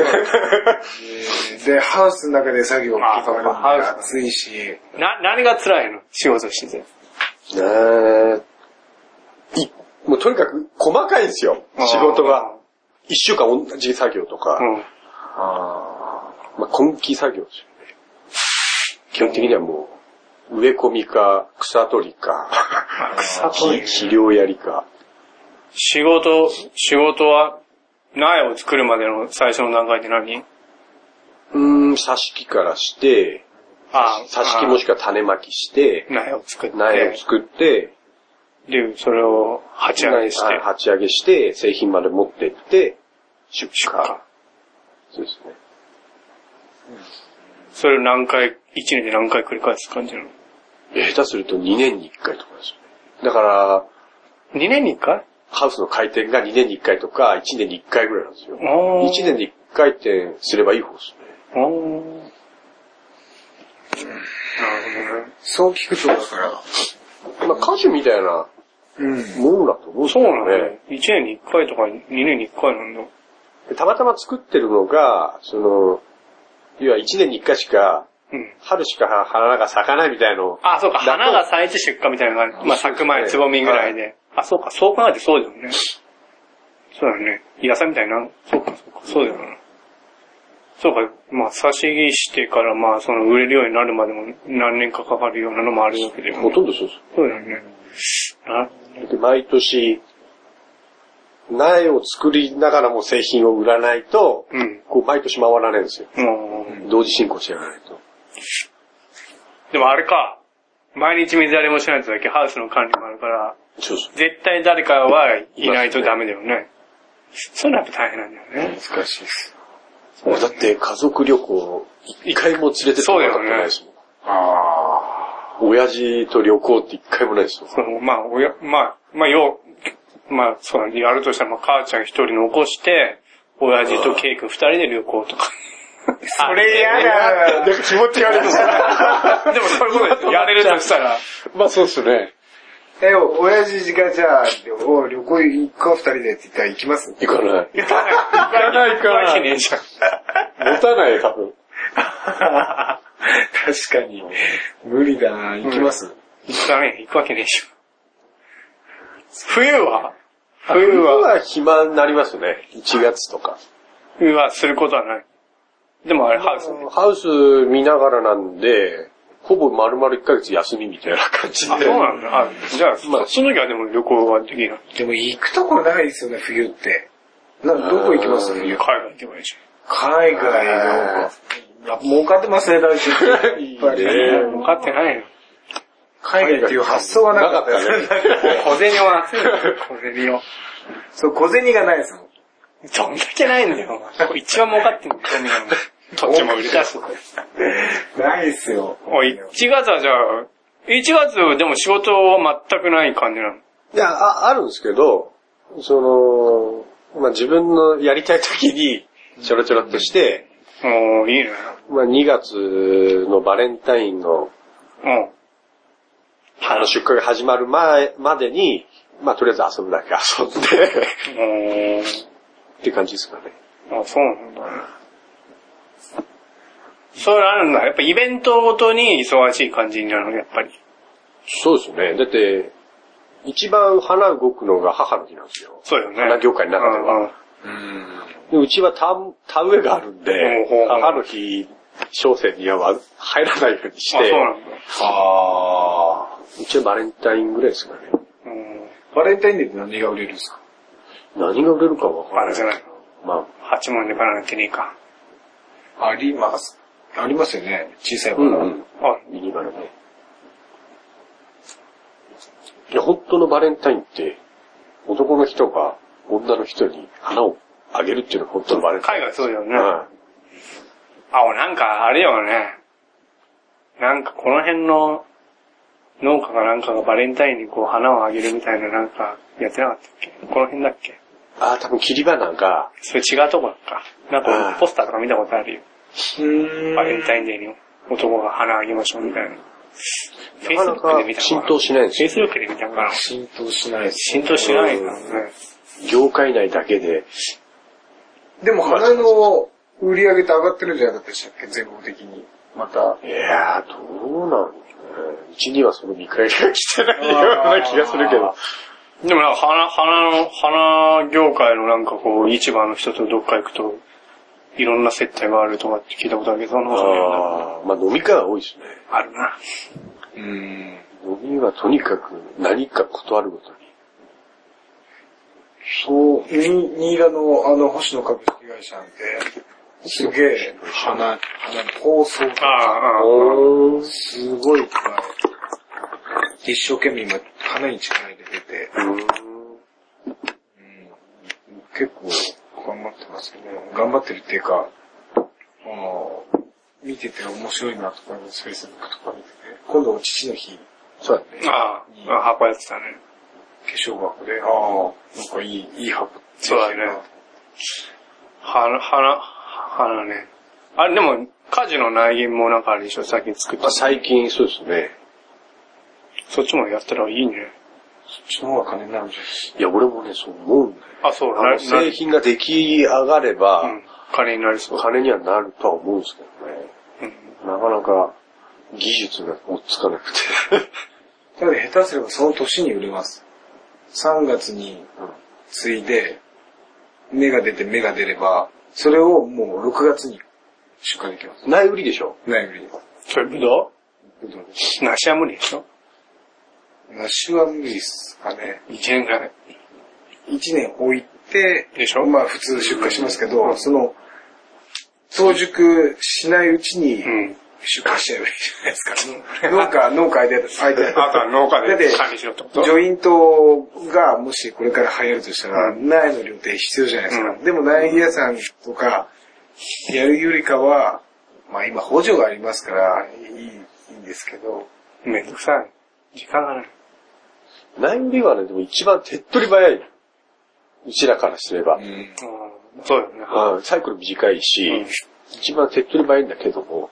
Speaker 2: で、ハウスの中で作業が変
Speaker 1: まあ
Speaker 2: わ
Speaker 1: ハ
Speaker 2: る
Speaker 1: ウ
Speaker 2: んで
Speaker 1: ス
Speaker 2: 暑いし、
Speaker 1: な、何が辛いの仕事してて。
Speaker 3: えーい、もうとにかく細かいんですよ、仕事が。。一週間同じ作業とか、
Speaker 1: うん。
Speaker 3: まあ、根気作業ですよね。基本的にはもう、植え込みか、草取りか、
Speaker 1: 草取り
Speaker 3: 肥肥料やりか。
Speaker 1: 仕事、仕事は、苗を作るまでの最初の段階って何
Speaker 3: うーん、挿し木からして、
Speaker 1: あ
Speaker 3: 挿し木もしくは種まきして、
Speaker 1: 苗を作って、
Speaker 3: 苗を作って、
Speaker 1: で、それを鉢上げして、
Speaker 3: はい鉢上げして、製品まで持ってって、出荷。
Speaker 1: 出荷。
Speaker 3: そうですね。
Speaker 1: それを何回、一年で何回繰り返す感じなの
Speaker 3: え下手すると2年に1回とかですよね。だから、
Speaker 1: 二年に一回
Speaker 3: ハウスの回転が2年に1回とか、1年に1回ぐらいなんですよ。
Speaker 1: おー
Speaker 3: 1年に1回転すればいい方ですね。
Speaker 1: あーうんなる
Speaker 2: そう聞くとだから、
Speaker 3: まあ、歌手みたいな
Speaker 2: うん。
Speaker 3: もんだと思うんです
Speaker 1: ほどね。そう
Speaker 3: よ
Speaker 1: なのね。一年に一回とか二年に一回なんだ。
Speaker 3: たまたま作ってるのが、その、要は1年に1回しか、
Speaker 1: うん。
Speaker 3: 春しか花が咲かないみたいの。
Speaker 1: あ、そうか、
Speaker 3: だと
Speaker 1: 花が咲いて出荷みたいな感じ。まあ、咲く前、つぼみぐらいで。あ、そうか、そう考えてそうだよね。そうだよね。野菜みたいな。そうか、そうか、そうだよな。そうか、まあ、差し木してから、まあ、その、売れるようになるまでも何年かかかるようなのもあるわけでも、
Speaker 3: ほとんどそうです。
Speaker 1: そうだよね。あ、
Speaker 3: で毎年、苗を作りながらも製品を売らないと、
Speaker 1: うん。
Speaker 3: こう毎年回らないんですよ。
Speaker 1: もう、
Speaker 3: 同時進行してやらないと。
Speaker 1: でもあれか、毎日水やりもしないとだけハウスの管理もあるから、
Speaker 3: そうそう。
Speaker 1: 絶対誰かはいないとダメだよね。そういうのはやっぱ大変なんだよね。
Speaker 2: 難しいです。
Speaker 3: だって家族旅行、一回も連れてってもらったことないですもん。
Speaker 2: あ
Speaker 3: 親父と旅行って一回もないですよ。
Speaker 1: その、まあ、親、まあ、まあ、よう、まあ、そうなんで、やるとしたら、まあ、母ちゃん一人残して、親父とケイ君二人で旅行とか。そ
Speaker 2: それ嫌だ。
Speaker 3: か気持ち悪いですね。
Speaker 1: でもそういうことです。やれるとしたら。
Speaker 3: [laughs] まあそうですね。
Speaker 2: え、お親父がじゃあ、お旅行行こう二人でって言ったら行きます
Speaker 3: 行かない。
Speaker 1: 行かない。行か
Speaker 3: ない行かない
Speaker 1: わけねえじゃん。
Speaker 3: 持たないよ、多分。
Speaker 2: 確かに。無理だな、行きます。
Speaker 1: 行かない。行くわけねえじゃん。冬は冬
Speaker 3: 冬
Speaker 1: は、
Speaker 3: は暇になりますね。1月とか。
Speaker 1: 冬はすることはない。でもあれ、ハウスね。
Speaker 3: ハウス見ながらなんで、ほぼ丸々1ヶ月休みみたいな感じで。
Speaker 1: あ、そうなんだ。あ、じゃあ、
Speaker 3: まあ
Speaker 1: その時はでも旅行はできない。
Speaker 2: でも行くとこないですよね、冬って。な、どこ行きます
Speaker 3: うん
Speaker 2: 冬
Speaker 1: 海。外行けばいいじ
Speaker 2: 海外なんか。儲かってますね、大 [laughs] 丈夫。いっぱいありますね
Speaker 3: いい
Speaker 1: ゃん。分かってないの。
Speaker 2: 海外っていう発想がなかったで
Speaker 3: なか
Speaker 2: す
Speaker 3: ったね
Speaker 2: 小銭はなかった。
Speaker 1: 小銭を。
Speaker 2: そう、小銭がないですもん。
Speaker 1: どんだけないのよ。一番儲かってんの、小銭が。どっちも売り出す。
Speaker 2: ないっすよ。
Speaker 1: おい、1月はじゃあ、1月でも仕事は全くない感じなの。
Speaker 3: いや、あ、あるんですけど、その、まあ自分のやりたい時に、ちょろちょろっとして、
Speaker 1: おー、いいね。
Speaker 3: まあ2月のバレンタインの、
Speaker 1: うん。
Speaker 3: あの出荷が始まる前までに、まあとりあえず遊ぶだけ
Speaker 1: [laughs]
Speaker 3: 遊んで、
Speaker 1: おー。
Speaker 3: って感じですかね。
Speaker 1: あ、そうなんだ。そういうのあるんだ。やっぱイベントごとに忙しい感じになるの、やっぱり。
Speaker 3: そうですね。だって、一番花動くのが母の日なんですよ。
Speaker 1: そうよね。
Speaker 3: 花業界の中では
Speaker 1: うんうん
Speaker 2: うん。
Speaker 3: でうちは田田植えがあるんで
Speaker 1: ほうほう、
Speaker 3: 母の日、小生には入らないようにし
Speaker 1: あ、そう
Speaker 3: て、
Speaker 1: なんだ。
Speaker 2: あ
Speaker 3: 一応バレンタインぐらいですかね。
Speaker 1: うん。
Speaker 2: ー。バレンタインデーって何が売れるんですか
Speaker 3: 何が売れるかわか
Speaker 1: あ
Speaker 3: んな
Speaker 1: れ
Speaker 3: い
Speaker 1: じゃ。ないの。
Speaker 3: ま
Speaker 1: 八問でバナナってねえか。
Speaker 2: あります。ありますよね。小さい
Speaker 3: あ、
Speaker 2: もの。
Speaker 1: あ、
Speaker 3: ミニバナね。いや、本当のバレンタインって、男の人が女の人に花をあげるっていうのが本当のバレンタイ
Speaker 1: 海
Speaker 3: ン。
Speaker 1: 外そうだよね。
Speaker 3: は
Speaker 1: あ、おなんかあれよね。なんかこの辺の農家かなんかがバレンタインにこう花をあげるみたいななんかやってなかったっけこの辺だっけ
Speaker 3: いああ、多分切り花が、
Speaker 1: それ違うとこだっか。なん
Speaker 3: あ
Speaker 1: か
Speaker 3: ー
Speaker 1: ポスターとか見たことあるよ。
Speaker 2: うん
Speaker 1: バレンタインデーに男が花あげましょうみたいな。フェイ
Speaker 3: な
Speaker 1: スブ
Speaker 3: かな
Speaker 1: ック
Speaker 3: か
Speaker 1: で見た
Speaker 3: 浸
Speaker 1: かな
Speaker 3: 透。しないんです
Speaker 1: フェイ
Speaker 3: よ。
Speaker 1: スブックで見たかな。
Speaker 2: 浸透しないです。
Speaker 1: 浸透しないからね。
Speaker 3: 業界内だけで、
Speaker 2: でも花の売り上げって上がってるんじゃなかったでしたっけ全国的に。また。
Speaker 3: いやー、どうなんですかね。うちにはその見返りが来てないような気がするけど。
Speaker 1: でもなんか花、花の、花業界のなんかこう、市場の人とどっか行くと、いろんな接待があるとかって聞いたことあるけど、そんなことないよね
Speaker 3: あーまあ飲み会は多いですね。
Speaker 1: あるな。
Speaker 2: うん。
Speaker 3: 飲みはとにかく何か断るごとに。
Speaker 2: そう、に新潟のあの星野株式会社なんて、すげえ、花、花の放送
Speaker 1: ああ、ああ。
Speaker 3: お
Speaker 2: すごいいっぱい。一生懸命今、花に力入れてて、結構頑張ってますね。頑張ってるっていうか、あの見てて面白いなとか、フェイスブックとか見てて、今度父の日、
Speaker 3: そうだね。
Speaker 1: ああ、箱やってたね。
Speaker 2: 化粧箱で、ああ、なんかいい、いい箱。
Speaker 1: そうだね。花、花、花ね。あれ、でも、家事の内銀もなんかあれでしょ、最近作って
Speaker 3: まあ、最近そうですね。
Speaker 1: そっちもやったらいいね。
Speaker 2: そっちの方が金になるんじゃないです
Speaker 3: いや、俺もね、そう思うんだよ。
Speaker 1: あ、そう、な、
Speaker 3: あ
Speaker 1: な、
Speaker 3: の製品が出来上がれば、
Speaker 1: うん、金になりそう。
Speaker 3: 金にはなるとは思うんですけどね。
Speaker 1: うん
Speaker 3: なかなか技術が追っつかなくて。
Speaker 2: か。ただ下手すればその年に売れます。3月に
Speaker 3: うん
Speaker 2: 継いで、芽が出て芽が出れば、それをもう6月に出荷できます。
Speaker 3: [laughs] 苗売りでしょ
Speaker 2: 苗売り。
Speaker 1: それぶど
Speaker 2: ぶどうで
Speaker 1: う梨は無理でしょ
Speaker 2: 梨は無理っすかね。
Speaker 1: ?1 年ぐらい。
Speaker 2: 一年置いて、
Speaker 1: でしょ
Speaker 2: まあ普通出荷しますけど、その、早熟しないうちに
Speaker 1: うん。
Speaker 2: 出荷しちゃえばいいじゃないですか。農家、農家間で、間で。
Speaker 1: あとは農家
Speaker 2: だって
Speaker 1: で管理しろってこと
Speaker 2: ジョイントがもしこれから流行るとしたら、苗の料亭必要じゃないですか。
Speaker 1: うん
Speaker 2: でも苗木屋さんとか、やるよりかは、まあ今補助がありますから、いい、いいんですけど、
Speaker 1: めんどくさい。時間がない。
Speaker 3: 苗売りはね、でも一番手っ取り早い。うちらからすれば。
Speaker 1: うんそうよね。
Speaker 3: うんサイクル短いし、
Speaker 1: うん
Speaker 3: 一番手っ取り早いんだけども、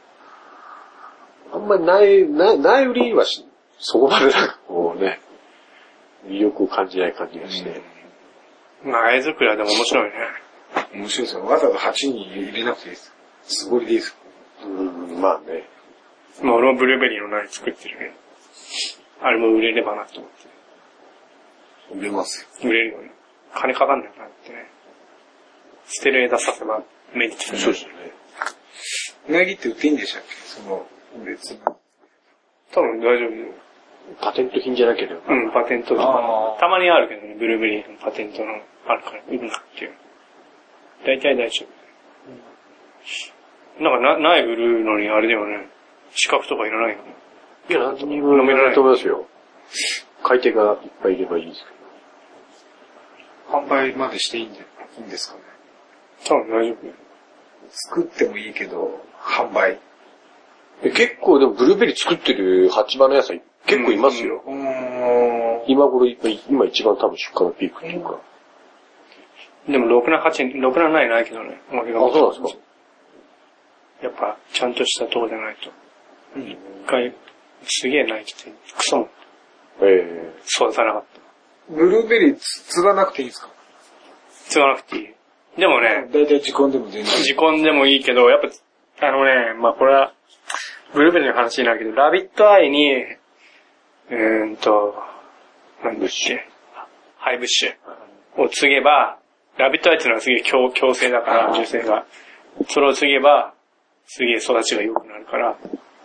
Speaker 3: あんまりない、ない、ない売りはし、そこまでなんかこうね、魅力を感じない感じがして。
Speaker 1: 苗作りはでも面白いね。
Speaker 2: 面白いですよ。わざわざ鉢に入れなくていいです。素掘りでいいです。
Speaker 3: うん、まあね。
Speaker 1: まあ俺もブルーベリーの苗作ってるけど、あれも売れればなと思っ
Speaker 2: 売れますよ。
Speaker 1: て。売れるよね。金かかんないからってね。捨てる枝させば目につく。
Speaker 3: そうですよね。
Speaker 2: 苗木って売っていいんでしたっけその、別に。
Speaker 1: 多分大丈夫よ。
Speaker 3: パテント品じゃなければ。
Speaker 1: うん、パテントと
Speaker 2: あ
Speaker 1: か
Speaker 2: ー。
Speaker 1: たまにあるけどね、ブルーベリーのパテントのあるから、いるなっていう。大体大丈夫。なんかな、苗売るのにあれだよね、資格とかいらないよね。
Speaker 3: いや、何にも飲めないと思いますよ。買い手がいっぱいいればいいです
Speaker 2: 販売までしていいんで、いいんですかね。
Speaker 1: 多分大丈夫よ。
Speaker 2: 作ってもいいけど、販売。
Speaker 3: けど。え結構でもブルーベリー作ってる鉢場の野菜結構いますよ。
Speaker 2: うーん。
Speaker 3: 今頃いっぱい、今一番多分出荷のピークっていうか。
Speaker 1: でも、ろくな価値、ろくな苗ないけどね、おまけが
Speaker 3: あ、そうなんですか。
Speaker 1: やっぱ、ちゃんとしたとこじゃないと。一回、すげえ苗来て、クソも
Speaker 3: ええ
Speaker 1: 育たなかった。
Speaker 2: ブルーベリーつ、つがなくていいんですか
Speaker 1: 継がなくていい。でもね、
Speaker 2: 大体時間でも全然。
Speaker 1: 自婚でもいいけど、やっぱ、あのね、まあこれは、ブルーベリーの話になるけど、ラビットアイに、うーんと、なんだっけ、ハイブッシュを継げば、ラビットアイっていうのはすげえ強強制だから、受精が。それを継げば、すげえ育ちが良くなるから、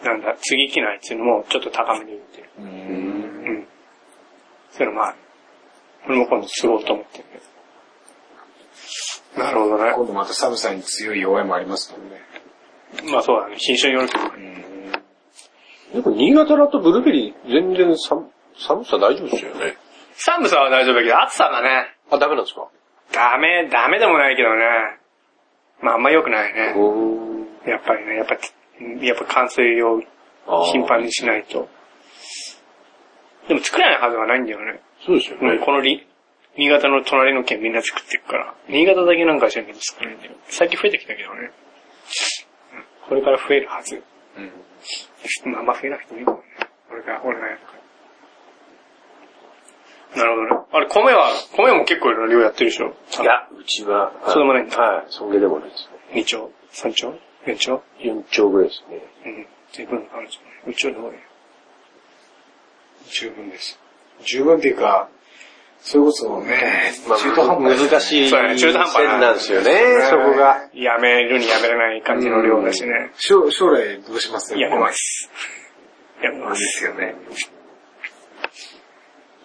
Speaker 1: なんだ、継ぎ木ないっていうのもちょっと高めで売ってる。うん。そういうのもある。これも今度継ごうと思ってるけど。なるほどね。
Speaker 2: 今度また寒さに強い弱いもありますもんね。
Speaker 1: まあそうだね。品種によるけどね。
Speaker 3: でも新潟だとブルーベリー全然寒寒さ大丈夫ですよね。
Speaker 1: 寒さは大丈夫だけど、暑さがね、
Speaker 3: あ、ダメなんですか
Speaker 1: ダメ、ダメでもないけどね。まああんま良くないね。
Speaker 3: ん。
Speaker 1: やっぱりね、やっぱ、やっぱ乾水を
Speaker 3: あー
Speaker 1: 頻繁にしないと。でも作らないはずはないんだよね。
Speaker 3: そうですよね。
Speaker 1: このり、新潟の隣の県みんな作ってるから。新潟だけなんか知らんけど作らないんだよ。最近増えてきたけどね。うんこれから増えるはず。まあ、あんま増えなくてもいいかもね。俺が、俺がやるから。なるほどね。あれ、米は、米も結構いろいろ量やってるでしょ
Speaker 3: いや、うちは、は
Speaker 1: そ
Speaker 3: い
Speaker 1: うでもないんだ
Speaker 3: はい、そんげでもないです
Speaker 1: 2丁 ?3 丁 ?4 丁
Speaker 3: ね。4丁ぐらいですね。
Speaker 1: うん。十分あるじゃん。うちより多い。
Speaker 2: 十分です。十分っていうか、それこそね、中途半端ですね
Speaker 3: 難しい
Speaker 1: そうね中途半端な
Speaker 3: 線なんですよね、そこが。。
Speaker 1: やめるにやめれない感じの量だしね。
Speaker 2: 将将来どうします
Speaker 1: やめま。す。やめ
Speaker 2: で
Speaker 1: ます。
Speaker 2: すよね。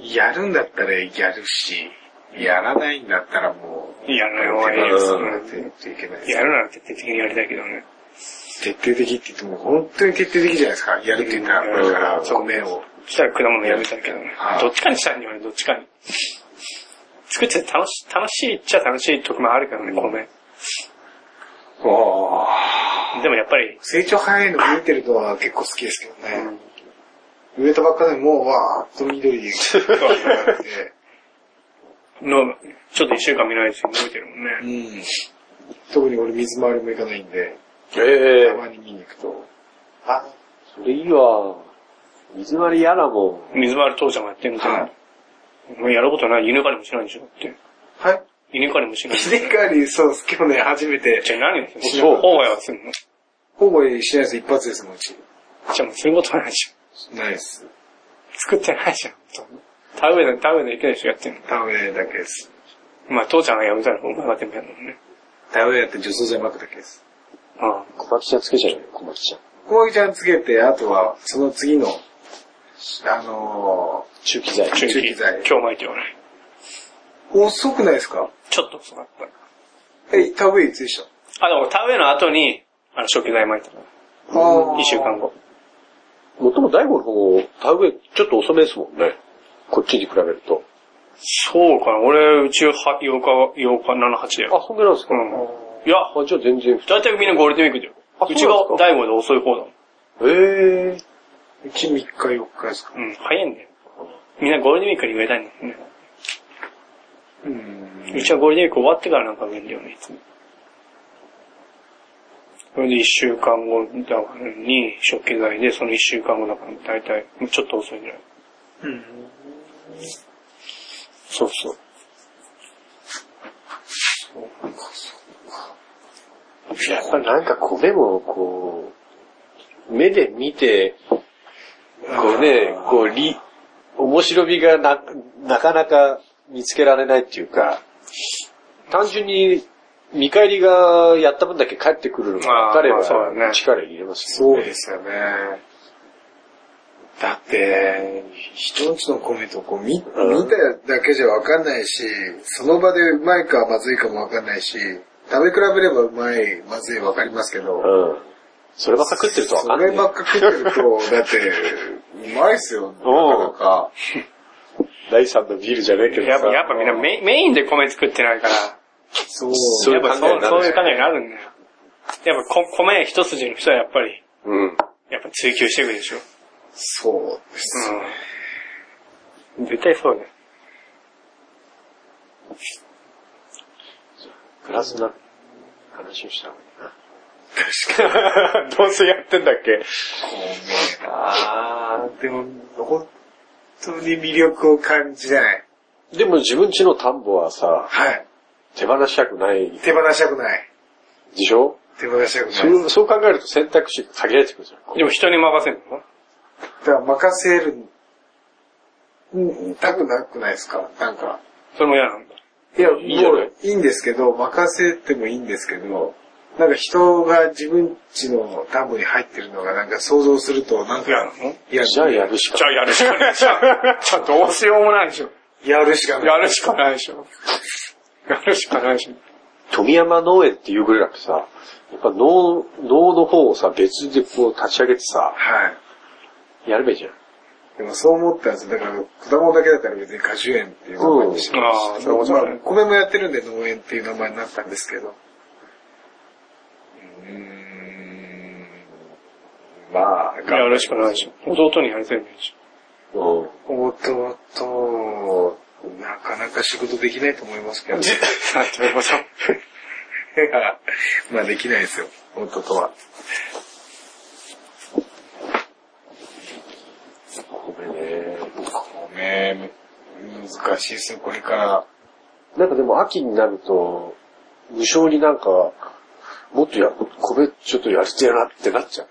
Speaker 2: やるんだったらやるし、やらないんだったらもう、
Speaker 1: やらない方がいいです
Speaker 2: 手放さないといけないです
Speaker 1: やるなら徹底的にやりたいけどね。
Speaker 2: 徹底的って言っても本当に徹底的じゃないですか。やるって言ったら、これから米を。
Speaker 1: そしたら果物やめたいけどね
Speaker 2: はい。
Speaker 1: どっちかにしたいんだよね、どっちかに。作って楽し、楽しいっちゃ楽しいとこもあるけどね、米。
Speaker 2: おー
Speaker 1: でもやっぱ
Speaker 2: [laughs]
Speaker 1: り、
Speaker 2: 成長早いの見てるのは結構好きですけどね。植えたばっかでもうわーっと緑に。
Speaker 1: の、ちょっと一週間見ないです動いてるもんね。
Speaker 2: [laughs] うん特に俺水回りも行かないんで、
Speaker 3: ええ
Speaker 2: たまに見に行くと、あ、
Speaker 3: それいいわ。水割り嫌だもん。
Speaker 1: 水回り父ちゃんがやってるんじゃ
Speaker 2: は
Speaker 1: もうやることない、犬狩りもしないでしょって。
Speaker 2: はい。
Speaker 1: 犬狩りもしないでしょ。
Speaker 2: 稲刈り、そうです。今日ね、初めて、
Speaker 1: じゃあ何をするの
Speaker 2: そう
Speaker 1: そう。大家はするの
Speaker 2: ほぼしないです。一発ですもん、うち。
Speaker 1: じゃあもうすることないじゃん。
Speaker 2: ないです。
Speaker 1: 作ってないじゃん。田植えだ、田植えだけでしょ、やってんの。
Speaker 2: 田植えだけです。
Speaker 1: まあ父ちゃんがやめたらお前は全部やるもんね。
Speaker 2: 田植えやって除草剤まくだけです。
Speaker 1: うん。
Speaker 3: 小牧ちゃんつけちゃうよ、小牧ちゃん。
Speaker 2: こういちゃんつけて、あとは、その次の、あの
Speaker 3: 中期剤。
Speaker 1: 中
Speaker 2: 中
Speaker 1: 期
Speaker 2: 期剤
Speaker 1: 今日巻いてはない。
Speaker 2: ー、遅くないですか
Speaker 1: ちょっと遅かった。
Speaker 2: え、食べいつでし
Speaker 1: あ、でも田植えの後に、あの、食材巻いたから。
Speaker 2: たあー
Speaker 1: 一週間。後。
Speaker 3: もとも大悟の方、田植えちょっと遅めですもんね。こっちに比べると。
Speaker 1: そうかな。俺、うちは8 8日、8日、7、8だよ。
Speaker 3: あ、そんぐらいなんですか
Speaker 1: う
Speaker 3: あ
Speaker 1: ん。いや、
Speaker 3: じゃあ全然普通。
Speaker 1: 大体みんなゴールデンウィークだよ。
Speaker 3: あ
Speaker 1: うち
Speaker 3: そう
Speaker 1: が
Speaker 3: なんですか
Speaker 1: 大悟で遅い方だもん。
Speaker 3: へえ。
Speaker 2: うち3日4日ですか
Speaker 1: うん、早いんだよ。みんなゴールデンウィークに植えたいんだよね。
Speaker 2: うん。
Speaker 1: うちはゴールデンウィーク終わってからなんか植えるよね、いつも。それで一週間後だからに、食器材で、その一週間後だから、大体、もうちょっと遅いんじゃない
Speaker 2: うん。
Speaker 1: そうそう。
Speaker 3: やっぱなんか米もこう、目で見て、こうね、こう、り、面白みがな、なかなか見つけられないっていうか、単純に見返りがやった分だけ返ってくるのが彼
Speaker 1: あーまあそうだ
Speaker 3: は
Speaker 1: ね
Speaker 3: 力入れますよ
Speaker 2: そう
Speaker 3: ね。
Speaker 2: ですよね。だって、人んちの米とこう見、見
Speaker 3: うん
Speaker 2: ただけじゃわかんないし、その場でうまいかまずいかもわかんないし、食べ比べればうまい、まずいわかりますけど、
Speaker 3: うん。そればっか食ってるとわ
Speaker 2: そ
Speaker 3: かんない。
Speaker 2: ればっか食ってると、だって、うまいっすよ、なかなか。
Speaker 3: 第3のビールじゃねえけどさ。
Speaker 1: やっぱ、やっぱみんなメインメインで米作ってないから、
Speaker 2: そう。
Speaker 3: そう
Speaker 1: や
Speaker 3: いう
Speaker 1: っぱそ
Speaker 3: 考えに
Speaker 1: う
Speaker 3: なる
Speaker 1: そういう考えになるんだよ。やっぱこ米一筋の人はやっぱり、
Speaker 3: うん。
Speaker 1: やっぱ追求していくでしょ。
Speaker 2: そうです。
Speaker 1: うん。絶対そうだよ。
Speaker 3: プラスな話をした方がいいな。確かに。どうせやってんだっけ
Speaker 2: 米
Speaker 3: あ
Speaker 2: でも、本当に魅力を感じない。
Speaker 3: あ。でも自分家の田んぼはさ、
Speaker 2: はい。
Speaker 3: 手放したくない
Speaker 2: 手放したくない。
Speaker 3: でしょ、
Speaker 2: 手放したくない。
Speaker 3: そうそう考えると選択肢が限られてくるじゃん。
Speaker 1: でも人に任せるの
Speaker 2: だから任せる、うん、たくなくないですかなんか。
Speaker 1: それも嫌なんだ。
Speaker 2: いや、
Speaker 3: いいじゃ
Speaker 2: も
Speaker 3: ないう
Speaker 2: いいんですけど、任せてもいいんですけど、なんか人が自分ちの田んぼに入ってるのがなんか想像すると、なん
Speaker 1: 嫌な
Speaker 2: か、
Speaker 1: の
Speaker 2: いや、
Speaker 3: じゃあやるしか
Speaker 1: じゃ
Speaker 3: ない。
Speaker 1: あやるしかないじゃん。 [laughs] じゃあどうしようもないでしょ。
Speaker 2: やるしかない。
Speaker 1: やるしかないでしょ。やるしかないでしょ。
Speaker 3: 富山農園っていうぐらいだってさ、やっぱ農、農の方をさ、別でこう立ち上げてさ、
Speaker 2: はい。
Speaker 3: やるべきじゃん。
Speaker 2: でもそう思ったんですよ。だから、果物だけだから別に果樹園っていう名前にして
Speaker 1: うんあ
Speaker 2: ま
Speaker 1: ー
Speaker 2: す。
Speaker 1: なるほど
Speaker 2: まあ、米もやってるんで農園っていう名前になったんですけど。うーん。まあ、
Speaker 1: やるしかないでしょ。弟にやらせるでし
Speaker 3: うん。
Speaker 2: 弟、なかなか仕事できないと思いますけど。
Speaker 1: ょ。なんてこと
Speaker 2: [laughs] まあできないですよ、弟は。
Speaker 3: ごめんね。
Speaker 2: ね難しいですよ、これから。
Speaker 3: なんかでも秋になると、無性になんか、もっとや、米ちょっとやりてえなってな
Speaker 2: [laughs]
Speaker 3: っちゃう。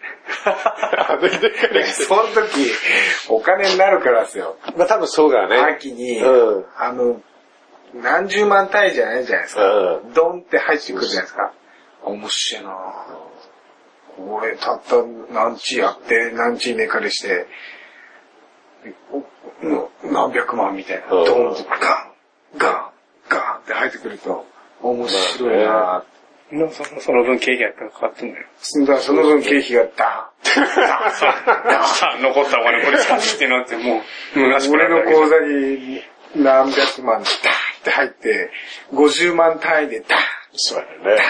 Speaker 3: あの日
Speaker 2: [laughs] その時、お金になるからですよ。
Speaker 3: まあ多分そうだね。
Speaker 2: 秋に、
Speaker 3: うん
Speaker 2: あの、何十万単位じゃないじゃないですか。
Speaker 3: う
Speaker 2: ドンって入ってくるじゃないですか。面白いなぁ。俺、たった何地やって、何地メカレして、お何百万みたいな。
Speaker 3: うん
Speaker 2: ドンとガン、ガン、ガンって入ってくると、面白いなぁ。
Speaker 1: でもそのその分経費がかかってん [laughs] だよ。
Speaker 2: そんだその分経費がダ
Speaker 1: さあ、残ったお金これ使ってってなってもう、虚し
Speaker 2: ン。
Speaker 1: くな
Speaker 2: 俺
Speaker 1: る
Speaker 2: の
Speaker 1: だけじゃん
Speaker 2: 口座に何百万ダンって入って、50万単位でダン。
Speaker 3: そうだよね。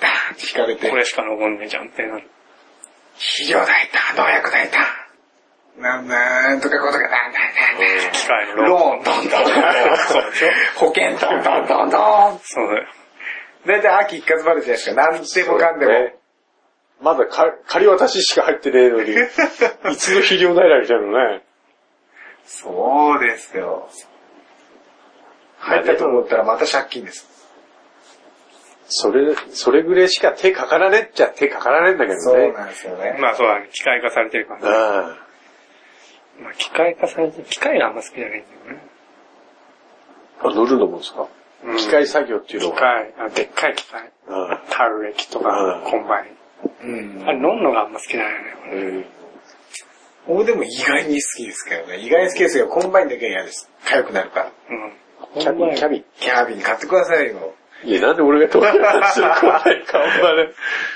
Speaker 2: ダーンって引かれて、
Speaker 1: これしか残んねえじゃんってなる。
Speaker 2: 肥料代だ、農薬代だ、なんなんとかことがだ、なんだ、
Speaker 1: 機械の
Speaker 2: なんだ、ロ
Speaker 1: ローン。
Speaker 2: ーン、どんどんどん
Speaker 1: そうでしょ
Speaker 2: 保険、どんどんどんどん。
Speaker 1: そうだよ。
Speaker 2: だいたい秋一括払いじゃないですか、なんでもかんでも。
Speaker 3: ねまだか借り渡ししか入ってねえ
Speaker 2: [laughs]
Speaker 3: のに、いつの肥料代だみたいなね。
Speaker 2: そうですよ。入ったと思ったらまた借金です。
Speaker 3: それ、それぐらいしか手かからねっちゃ手かからねえんだけどね。
Speaker 2: んですよね。
Speaker 1: まあそうだね。機械化されてるからね。
Speaker 3: うん。
Speaker 1: まあ機械化されて、機械があんま好きじゃないんだよね。
Speaker 3: あ、乗るのもですか
Speaker 1: うん
Speaker 3: 機械作業っていうの
Speaker 1: 機
Speaker 3: が。
Speaker 1: 械、あでっかい機械。
Speaker 3: うん
Speaker 1: タルレキとか
Speaker 3: う、ん
Speaker 1: コンバイン。
Speaker 2: うん
Speaker 1: あれ、飲んのがあんま好きじゃないよね。
Speaker 3: うん
Speaker 2: 僕でも意外に好きですけどね。意外に好きですけど、コンバインだけは嫌です。痒くなるから。
Speaker 1: うん。
Speaker 3: キャビン、キャビン。
Speaker 2: キャビン買ってくださいよ。
Speaker 3: いや、なんで俺が東京なんですよ、こんなに頑張
Speaker 2: [laughs]
Speaker 3: れ。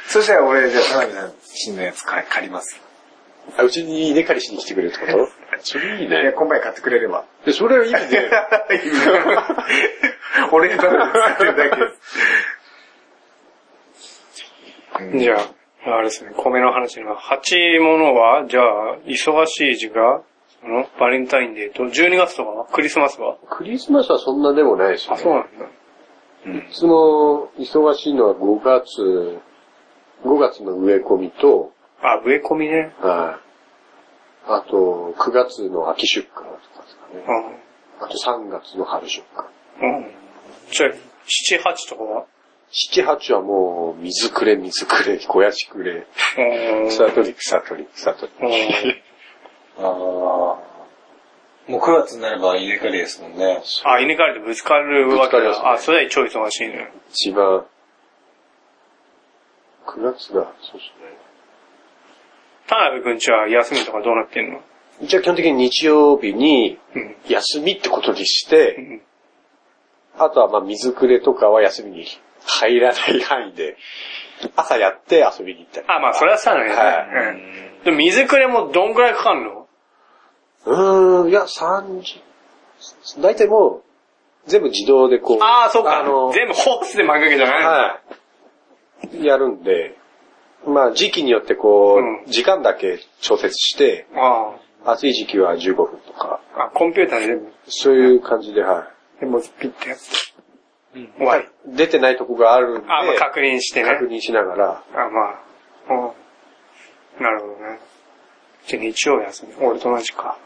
Speaker 2: そしたら俺、じゃあ、田辺さん、新のやつ借り借ります。
Speaker 3: あ、うちに稲刈りしに来てくれるってことそれいい
Speaker 2: いや、
Speaker 3: ね。
Speaker 2: コンバイン買ってくれれば。
Speaker 3: でそれはいいね。
Speaker 2: [laughs] 俺がただ使ってるだけです。
Speaker 1: じゃあ、あれですね、米の話の8ものは、じゃあ、忙しい時が、その、バレンタインデーと、12月とかはクリスマスは
Speaker 3: クリスマスはそんなでもないし、ね。
Speaker 1: そうなんだ。
Speaker 3: いつも忙しいのは5月、5月の植え込みと、
Speaker 1: あ、植え込みね。
Speaker 3: はいあと9月の秋出荷とかですかね。
Speaker 1: う
Speaker 3: あと3月の春出荷。
Speaker 1: ん。うん。じゃあ、7、8とかは
Speaker 3: 7、8はもう水くれ水くれ、肥やしくれ、
Speaker 1: うん。
Speaker 3: 草取り草取り草取り。
Speaker 1: うん
Speaker 2: ああ。もう9月になれば入れ替わりですもんね。
Speaker 1: あ、稲刈りでぶつかるわけ
Speaker 3: ぶつかりますね
Speaker 1: だ。あ、それは超忙しいね。
Speaker 3: 一番、9月が、そうですね。
Speaker 1: 田辺くんちは休みとかどうなってんの
Speaker 3: 一応基本的に日曜日に
Speaker 1: うん。
Speaker 3: 休みってことにして、
Speaker 1: ん
Speaker 3: あとはまあ水くれとかは休みに入らない範囲で、朝やって遊びに行ったり。
Speaker 1: あ、まあ、それはさないね。
Speaker 3: は
Speaker 1: うん。でも水くれもどんぐらいかかるの
Speaker 3: うーん、いや、3時、大体もう、全部自動でこう、
Speaker 1: ああ、そうか。
Speaker 3: あの
Speaker 1: 全部ホースで巻くわけじゃないの
Speaker 3: はい、やるんで、まあ時期によってこう、
Speaker 1: うん
Speaker 3: 時間だけ調節して、
Speaker 1: あ
Speaker 3: 暑い時期は15分とか、
Speaker 1: あ。あ、コンピューターで全部、
Speaker 3: そういう感じで、はい。
Speaker 1: でもピッてやって。終わり。
Speaker 3: 出てないとこがあるんで、
Speaker 1: あ、まあ確認してね。
Speaker 3: 確認しながら、
Speaker 1: あ、まあ。うん。なるほどね。じゃあ日曜休み。俺と同じか。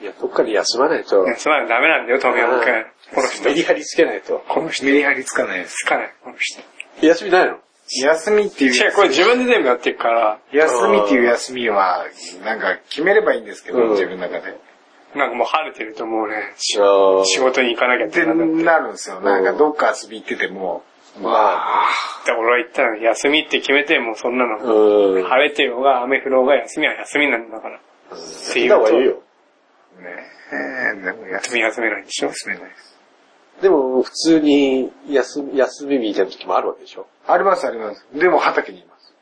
Speaker 3: いや、どっかで休まないと、
Speaker 1: ね、そうなのダメなんだよ、富山くん。この人。
Speaker 3: [laughs] メリハリつけないと。
Speaker 1: この人。
Speaker 2: メリハリつかないです。
Speaker 1: つかない、この人。
Speaker 3: 休みないの
Speaker 2: 休みっていう。
Speaker 1: 違う、これ自分で全部やってるから、
Speaker 2: 休みっていう休みは、なんか決めればいいんですけど、
Speaker 3: うん
Speaker 2: 自分の中で。
Speaker 1: なんかもう晴れてるともうね、
Speaker 3: あ
Speaker 1: 仕事に行かなきゃっ
Speaker 2: って
Speaker 1: てなって。
Speaker 2: なるんですよ。なんかどっか遊び行ってても、まあ、
Speaker 1: だから俺は言ったの、休みって決めて、もうそんなの。
Speaker 3: うん。
Speaker 1: 晴れてようが雨降ろうが休みは休みなんだから。って
Speaker 3: い
Speaker 1: い
Speaker 3: いうの
Speaker 1: と
Speaker 3: はいいよ。
Speaker 2: ねえ、でも休
Speaker 1: 休み休めないんでしょ
Speaker 2: めないです。
Speaker 3: でも、普通に休み、休みみたいな時もあるわけでしょ。
Speaker 2: ありますあります。でも畑にいます。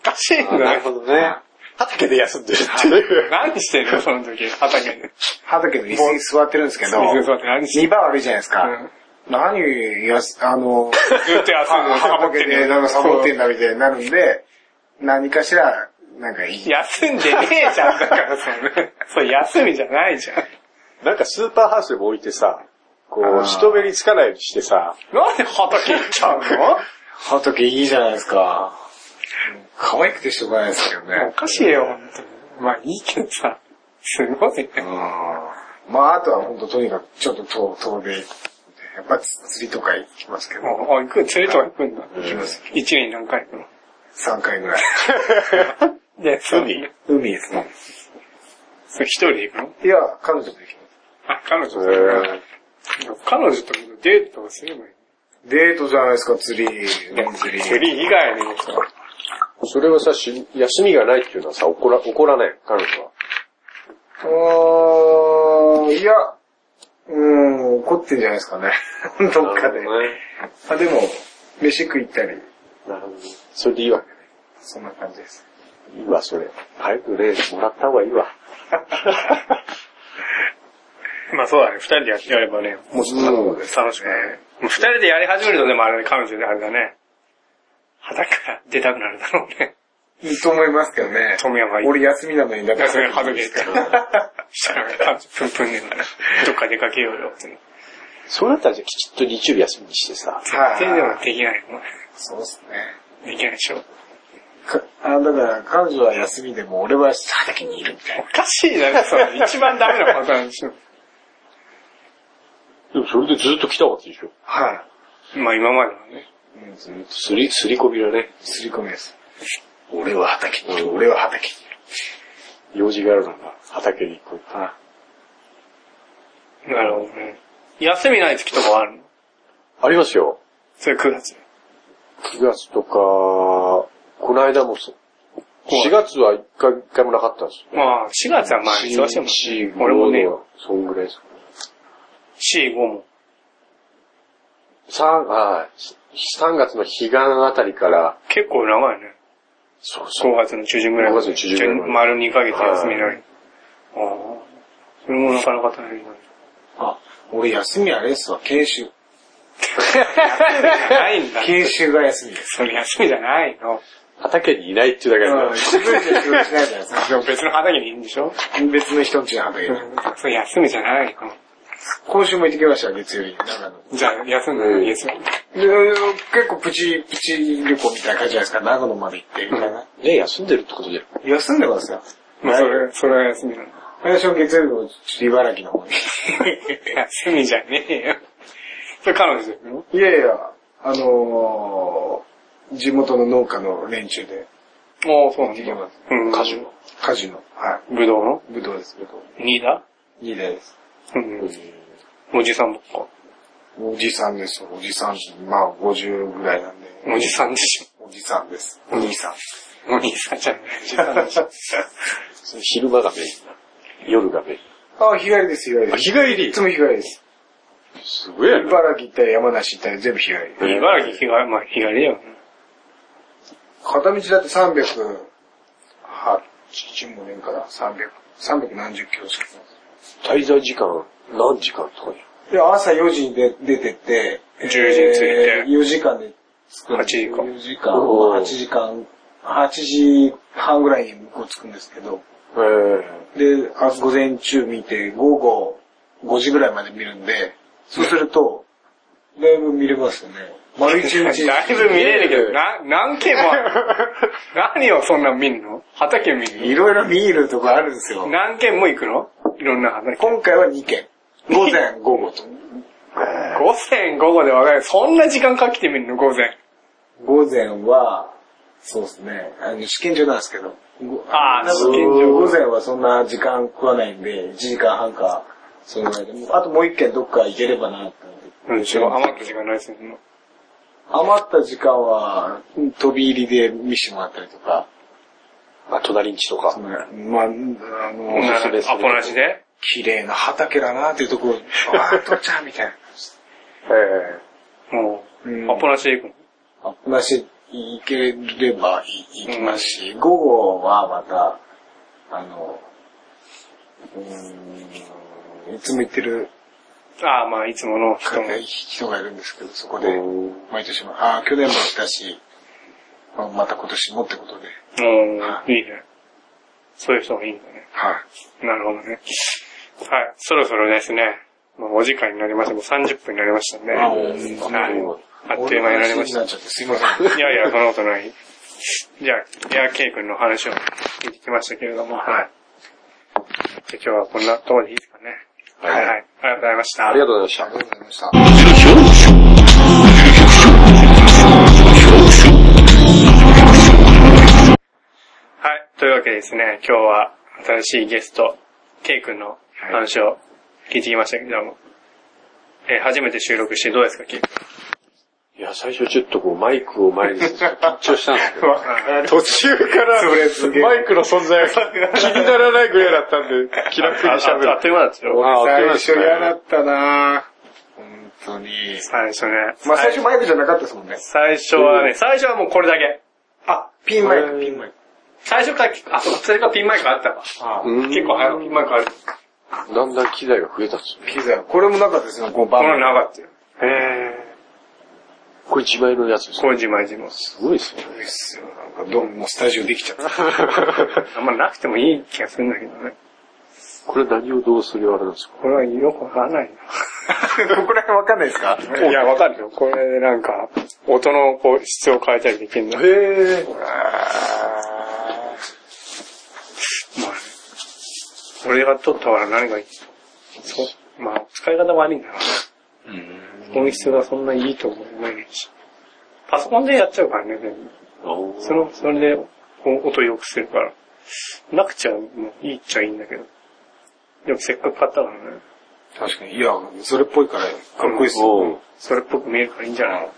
Speaker 1: おかしいんだよ。
Speaker 3: どね。畑で休んでるっていう。
Speaker 1: 何してんのその時、畑で。
Speaker 2: 畑の椅子に座ってるんですけど、
Speaker 1: 水に座って何してん
Speaker 2: 見栄悪いじゃないですか。
Speaker 1: うん
Speaker 2: 何やす、あ
Speaker 1: の
Speaker 2: の、
Speaker 1: ずっと休んでる、サボって
Speaker 2: 畑で
Speaker 1: る。
Speaker 2: なんかサボってんだみたいになるんで、何かしら、なんかいい。
Speaker 1: 休んでねえじゃん、だからそれ。 [laughs] そう、休みじゃないじゃん。
Speaker 3: [laughs] なんかスーパーハウスでも置いてさ、こ
Speaker 2: あー
Speaker 3: う、人目につかないようにしてさ、
Speaker 1: なんで畑行っちゃうの
Speaker 2: 畑いいじゃないですか。可愛くてしょうがないですけど
Speaker 1: お
Speaker 2: ね。
Speaker 1: かしいよ、本当に。まあいいけどさ、すごいね。
Speaker 2: うん。まああとは本当とにかくちょっと遠遠出。やっぱ釣りとか行きますけど、
Speaker 1: あ、行く、釣りとか行くんだ。
Speaker 2: 行きます。
Speaker 1: 一年に何回行くの
Speaker 2: 3回 [laughs] ぐらい。
Speaker 1: で、そう
Speaker 3: 海
Speaker 2: 海ですね。
Speaker 1: それ一人で行くの
Speaker 2: いや、彼女と行きます。
Speaker 1: あ、彼女と
Speaker 3: うん
Speaker 1: 彼女とデートをすればいい。
Speaker 2: デートじゃないですか、釣り。釣り。
Speaker 1: 釣り以外にもさ、
Speaker 3: それはさ、し休みがないっていうのはさ、怒ら、怒らない、彼女は。
Speaker 2: うーん、いや、うん、怒ってんじゃないですかね。 [laughs] どっかで。
Speaker 3: なるほどね
Speaker 2: あ、でも、飯食い行ったり、
Speaker 3: なるほど。それでいいわ
Speaker 2: そんな感じです。
Speaker 3: け。いいわ、それ。早くね、もらった方がいいわ。
Speaker 1: まあそうだね、二人でやってやればね、もうちょっと楽しくなる。もう二人でやり始めるとでもあれね、彼女であれだね。裸から出たくなるだろうね。
Speaker 2: いいと思いますけどね。
Speaker 1: 富山いい
Speaker 2: 俺休みなのに、だから。
Speaker 1: 休み [laughs] はずけって。したら彼女プンプンでどっか出かけようよって。
Speaker 3: そうなったらじゃあきちっと日曜日休みにしてさ。
Speaker 2: はい。
Speaker 1: 全然できないもん。
Speaker 2: そうですね。
Speaker 1: できないでしょ。
Speaker 2: かあ、だから、彼女は休みでも、俺は畑にいるみたい
Speaker 1: おかしいな、それ一番ダメなパターンでしょ。
Speaker 3: でもそれでずっと来たわけでしょ。
Speaker 2: な。は
Speaker 1: まあ今まではね。
Speaker 2: い。うん、ずっと
Speaker 3: すり、すり込みだね。
Speaker 2: すり込みです。俺は畑にいる、俺は畑にいる。
Speaker 3: 用事があるなら畑に行く。
Speaker 2: は
Speaker 1: なるほどね。休みない月とかはあるの
Speaker 3: ありますよ。
Speaker 1: それ9月。
Speaker 3: 9月とか、この間もそう。
Speaker 1: い
Speaker 3: 4月は1回、一回もなかったんですよ。
Speaker 1: まあ、4月はまあ、忙しいもん。俺もね、
Speaker 3: そんぐらいです。
Speaker 1: 4、5も。
Speaker 3: 3、あ3月の彼岸あたりから、
Speaker 1: 結構長いね。
Speaker 3: そう
Speaker 1: 5月の中旬ぐらいまで。
Speaker 3: 5月の中旬ぐらいまで
Speaker 1: 丸2ヶ月休みない。ああ。それもなかなか大変だね。
Speaker 2: あ、俺休みあれっすわ、研修。
Speaker 1: ないんだ。
Speaker 2: 研修が休みです。
Speaker 1: それ [laughs] 休みじゃないの。
Speaker 3: 畑にいないっていうだけなんだ。
Speaker 2: 自分で仕事しないじゃないですか。
Speaker 1: でも別の畑にいいんでしょ
Speaker 2: 別の人んちの畑に。
Speaker 1: それ休みじゃないの。
Speaker 2: 今週も行ってきました、月曜日。長野。
Speaker 1: じゃあ、休ん
Speaker 3: う
Speaker 1: で、
Speaker 3: ん
Speaker 1: 休み。
Speaker 2: で結構プチ、プチ旅行みたいな感じじゃないですか。長野まで行って、みたいな。
Speaker 3: ね、休んでるってことじゃん。
Speaker 2: 休んでますよ。
Speaker 1: まあ、それ、それは休 [laughs] みなの。
Speaker 2: 私も月曜日もちょっと茨城の方に。
Speaker 1: 休みじゃねえよ。それ彼女ですよ。
Speaker 2: いやいや、あのー、地元の農家の連中で、
Speaker 1: ああ、そうなんだ。うん。
Speaker 3: 果樹の。
Speaker 2: 果樹の、は
Speaker 1: ぶどうの
Speaker 2: い、ぶどうです、ぶどう。
Speaker 1: ニーダ
Speaker 2: 2代です。
Speaker 1: うん。おじさんばっか。
Speaker 2: おじさんですよ、おじさん。まあ、50ぐらいなんで、
Speaker 1: おじさんでし
Speaker 2: おじさん [laughs] です。お兄さん。
Speaker 1: ょ。お兄さんじゃない。おじさんでしょ。
Speaker 3: それ昼間がメイン。夜がメイン。
Speaker 2: あ、日帰りです、日帰り
Speaker 3: あ、
Speaker 2: で
Speaker 3: 日
Speaker 2: す。
Speaker 3: 帰
Speaker 2: い
Speaker 3: り
Speaker 2: つも日帰りです。
Speaker 3: すごいやな。
Speaker 2: 茨城行ったり山梨行ったり全部日帰り。
Speaker 1: 茨城日帰り、まあ日帰りだよね。
Speaker 2: 片道だって380もねんから、300、300何十キロしか
Speaker 3: 滞在時間、何時間とかに。
Speaker 2: いや、朝4時に出出てって、
Speaker 1: 10時に着いて
Speaker 2: えー4時間で着くんで
Speaker 1: 8
Speaker 2: す
Speaker 1: 時間
Speaker 2: 4時間、
Speaker 3: おー
Speaker 2: 8時間、8時半ぐらいに向こう着くんですけど、
Speaker 3: ええ
Speaker 2: で、あ午前中見て、午後5時ぐらいまで見るんで、そうすると、だいぶ見れますよね。丸一
Speaker 1: だ
Speaker 2: 日。
Speaker 1: いぶ見れるけど、な、何件も [laughs] ある。何をそんな見んの畑見
Speaker 2: い
Speaker 1: る
Speaker 2: ろいろ見るとこあるんです
Speaker 1: の
Speaker 2: よ。
Speaker 1: 何件も行くのいろんな畑。
Speaker 2: 今回は2件。午前、午後と。
Speaker 1: 午前、午後で分かる。そんな時間かけてみるの午前。
Speaker 2: 午前は、そうですね、あの、試験場なんですけど。ご
Speaker 1: あー
Speaker 2: なんか
Speaker 1: 試験場
Speaker 2: 午前はそんな時間食わないんで、1時間半か、そのぐらいで。あともう一軒どっか行ければなって。
Speaker 1: うん、違う。余った時間ないですよ。
Speaker 2: 余った時間は、飛び入りで見せてもらったりとか。
Speaker 3: あ、隣んちとか。
Speaker 2: まあ、あの、
Speaker 3: んすめする
Speaker 1: アポなしで。
Speaker 2: 綺麗な畑だなっていう
Speaker 1: [laughs]
Speaker 2: ところに、あー、父ちゃんみたいな。
Speaker 3: ええ
Speaker 1: も
Speaker 2: う
Speaker 1: う、
Speaker 2: ん
Speaker 1: アポなしで行くの。
Speaker 2: あなし、行ければ行きますし、午後はまた、あの、うーん、いつも行ってる
Speaker 1: ああ、まあ、いつもの人も。
Speaker 2: 人がいるんですけど、そこ
Speaker 3: う
Speaker 2: で、
Speaker 3: ん
Speaker 2: 毎年も、ああ、去年も来たし、まあまた今年もってことで、
Speaker 1: うん、いいね。そういう人がいいんだね。
Speaker 2: はい。
Speaker 1: なるほどね。はい、そろそろですね。まあ、お時間になりました。もう30分になりましたんで。
Speaker 2: あ
Speaker 1: は
Speaker 2: お
Speaker 1: い
Speaker 2: ー
Speaker 1: あっという間になりました
Speaker 2: 俺の話になっ。ちゃってすいません。
Speaker 1: いやいや、そんなことない。じゃあ、エアケイ君の話を聞いてきましたけれども、はい。じゃあ今日はこんなところでいいですかね。
Speaker 3: はい
Speaker 1: はい。ありがとうございました。
Speaker 3: ありがとうございました
Speaker 2: あ。りがとうございました。
Speaker 1: はい。というわけでですね、今日は新しいゲスト、ケイ君の話を聞いてきましたけれども、えー初めて収録してどうですか、ケイ君。
Speaker 3: いや、最初ちょっとこう、マイクを前に緊張したんですけど。
Speaker 1: あ
Speaker 3: [laughs] 途中から
Speaker 2: それすげえ
Speaker 3: マイクの存在が気にならないぐらいだったんで、気楽に喋
Speaker 1: ああっ
Speaker 3: る。
Speaker 1: という間だったよ。
Speaker 3: ああ
Speaker 2: 最初嫌だ
Speaker 3: あ
Speaker 2: ったなぁ本当に。
Speaker 1: 最初ね。
Speaker 2: まあ最初マイクじゃなかったですもんね。
Speaker 1: 最初はね、最初はもうこれだけ。
Speaker 2: あ、ピンマイク、ピンマイク。
Speaker 1: 最初から、あ、そうか、それがピンマイクあったわ。
Speaker 2: あー
Speaker 3: うん
Speaker 1: 結構早くピンマイクある。
Speaker 3: だんだん機材が増えたんですよ。
Speaker 2: ピザ、これもなかったですね、この
Speaker 1: こ
Speaker 2: 番
Speaker 1: れ
Speaker 2: 組。
Speaker 1: なかったよ。へー。
Speaker 3: これ自前のやつですか
Speaker 1: こう自慢自慢。
Speaker 3: すごい [laughs] ですね。
Speaker 2: いいっすよ、なんかどうもスタジオできちゃった。
Speaker 1: あんまなくてもいい気がするんだけどね。
Speaker 3: これ何をどうするあれなんですか
Speaker 1: これはよくわからない
Speaker 2: [laughs] どこら辺わかんないですか
Speaker 1: な。いや、わかるよ。これでなんか、音のこう質を変えたりできるんだ。ま
Speaker 3: へえ。
Speaker 1: あ、俺が撮ったから何がいいそう。まあ、使い方悪いんだな。音質がそんないいと思えないし。パソコンでやっちゃうからね、全部。その、それでお音を良くするから。なくちゃ、もういいっちゃいいんだけど。でもせっかく買ったからね。
Speaker 2: 確かに。いや、それっぽいから、かっこいいっすよ。
Speaker 3: うん
Speaker 1: それっぽく見えるからいいんじゃないの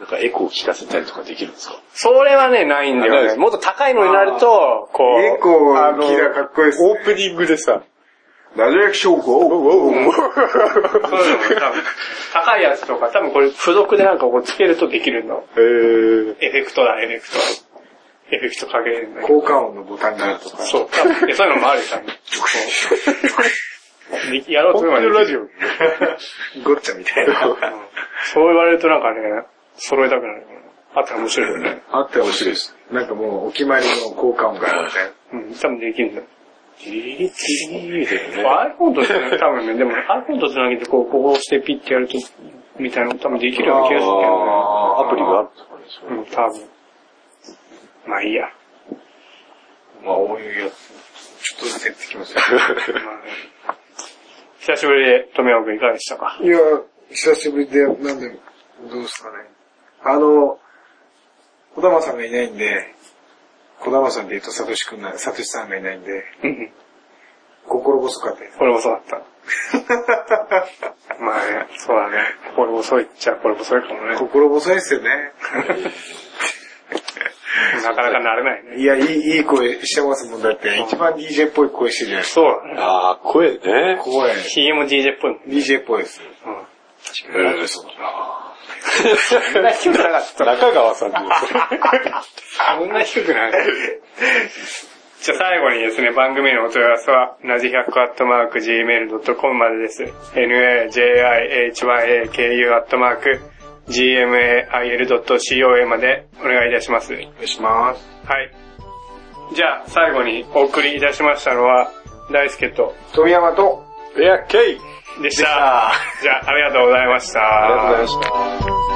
Speaker 3: なんかエコー聞かせたりとかできるんですか
Speaker 1: それはね、ないんだ
Speaker 3: な
Speaker 1: よ
Speaker 3: いで
Speaker 1: ね。
Speaker 3: す
Speaker 1: もっと高いのになると、こう。
Speaker 2: エコーの木がかっこいいっすね
Speaker 3: オープニングでさ、
Speaker 2: ラジオ役証拠
Speaker 1: そういうのも多分高いやつとか、多分これ付属でなんかこうつけるとできるの。
Speaker 2: [laughs]
Speaker 3: えー、
Speaker 1: エフェクトだ、エフェクト。エフェクトかけるんだけど。
Speaker 2: 効果音のボタンがあ [laughs] るとか。
Speaker 1: そう、多分いやそういうのもあるじゃん。こうでやろうと思えば
Speaker 2: [laughs]
Speaker 1: できる。
Speaker 2: ごっちゃみたい [laughs] な。
Speaker 1: うんそう言われるとなんかね、揃えたくなるよね。あったら面白いよね。
Speaker 2: あってほしいです。なんかもうお決まりの効果音があるみたいな。
Speaker 1: うん、多分できるんだよ。
Speaker 3: ギリギリギリだよね。
Speaker 1: iPhone とつなげて、多 [laughs] 分ね、でも iPhone とつなげて、こう、ここを押してピッてやると、みたいなの多分できるような気がするけどね。
Speaker 3: あーアプリがあるとかですよ
Speaker 1: う
Speaker 3: ね。
Speaker 1: ん、多分。まあいいや。
Speaker 2: まあ、おいやつ。ちょっとずつ減ってきました。
Speaker 1: まあね久しぶりで、富山くんいかがでしたか
Speaker 2: いや、久しぶりで、なんで、どうですかね。あの、小玉さんがいないんで、小玉さんで言うとサトシくんな、サトシさんがいないんで、
Speaker 1: うん。
Speaker 2: 心細かったです。
Speaker 1: 俺もそうだった。まあね、そうだね。俺もそう言っちゃ、これもそうか [laughs] もね。
Speaker 2: [laughs] 心細いですよね。
Speaker 1: なかなかなれないね。
Speaker 2: いや、いい、いい声してますもんだって、一番 DJ っぽい声してるじゃないですか。
Speaker 1: そうだね。
Speaker 3: ああ、声ね。
Speaker 2: 声、
Speaker 1: ヒゲも DJ っぽいもん。
Speaker 2: DJ っぽいです。
Speaker 1: うん。 [laughs]
Speaker 3: えー、そうだ
Speaker 1: そんな低くなかった。
Speaker 3: 中川さんっていう
Speaker 1: そんな低くない。じゃあ最後にですね、番組へのお問い合わせは、なじ1 0 0 g m a i l c o m までです。najihaku.gmail.co までお願いいたします。
Speaker 2: お願いします。
Speaker 1: はい。じゃあ最後にお送りいたしましたのは、大輔と
Speaker 2: 富山と、
Speaker 3: [laughs] エアケイ
Speaker 1: でした。じゃあありがとうございました。
Speaker 3: ありがとうございました。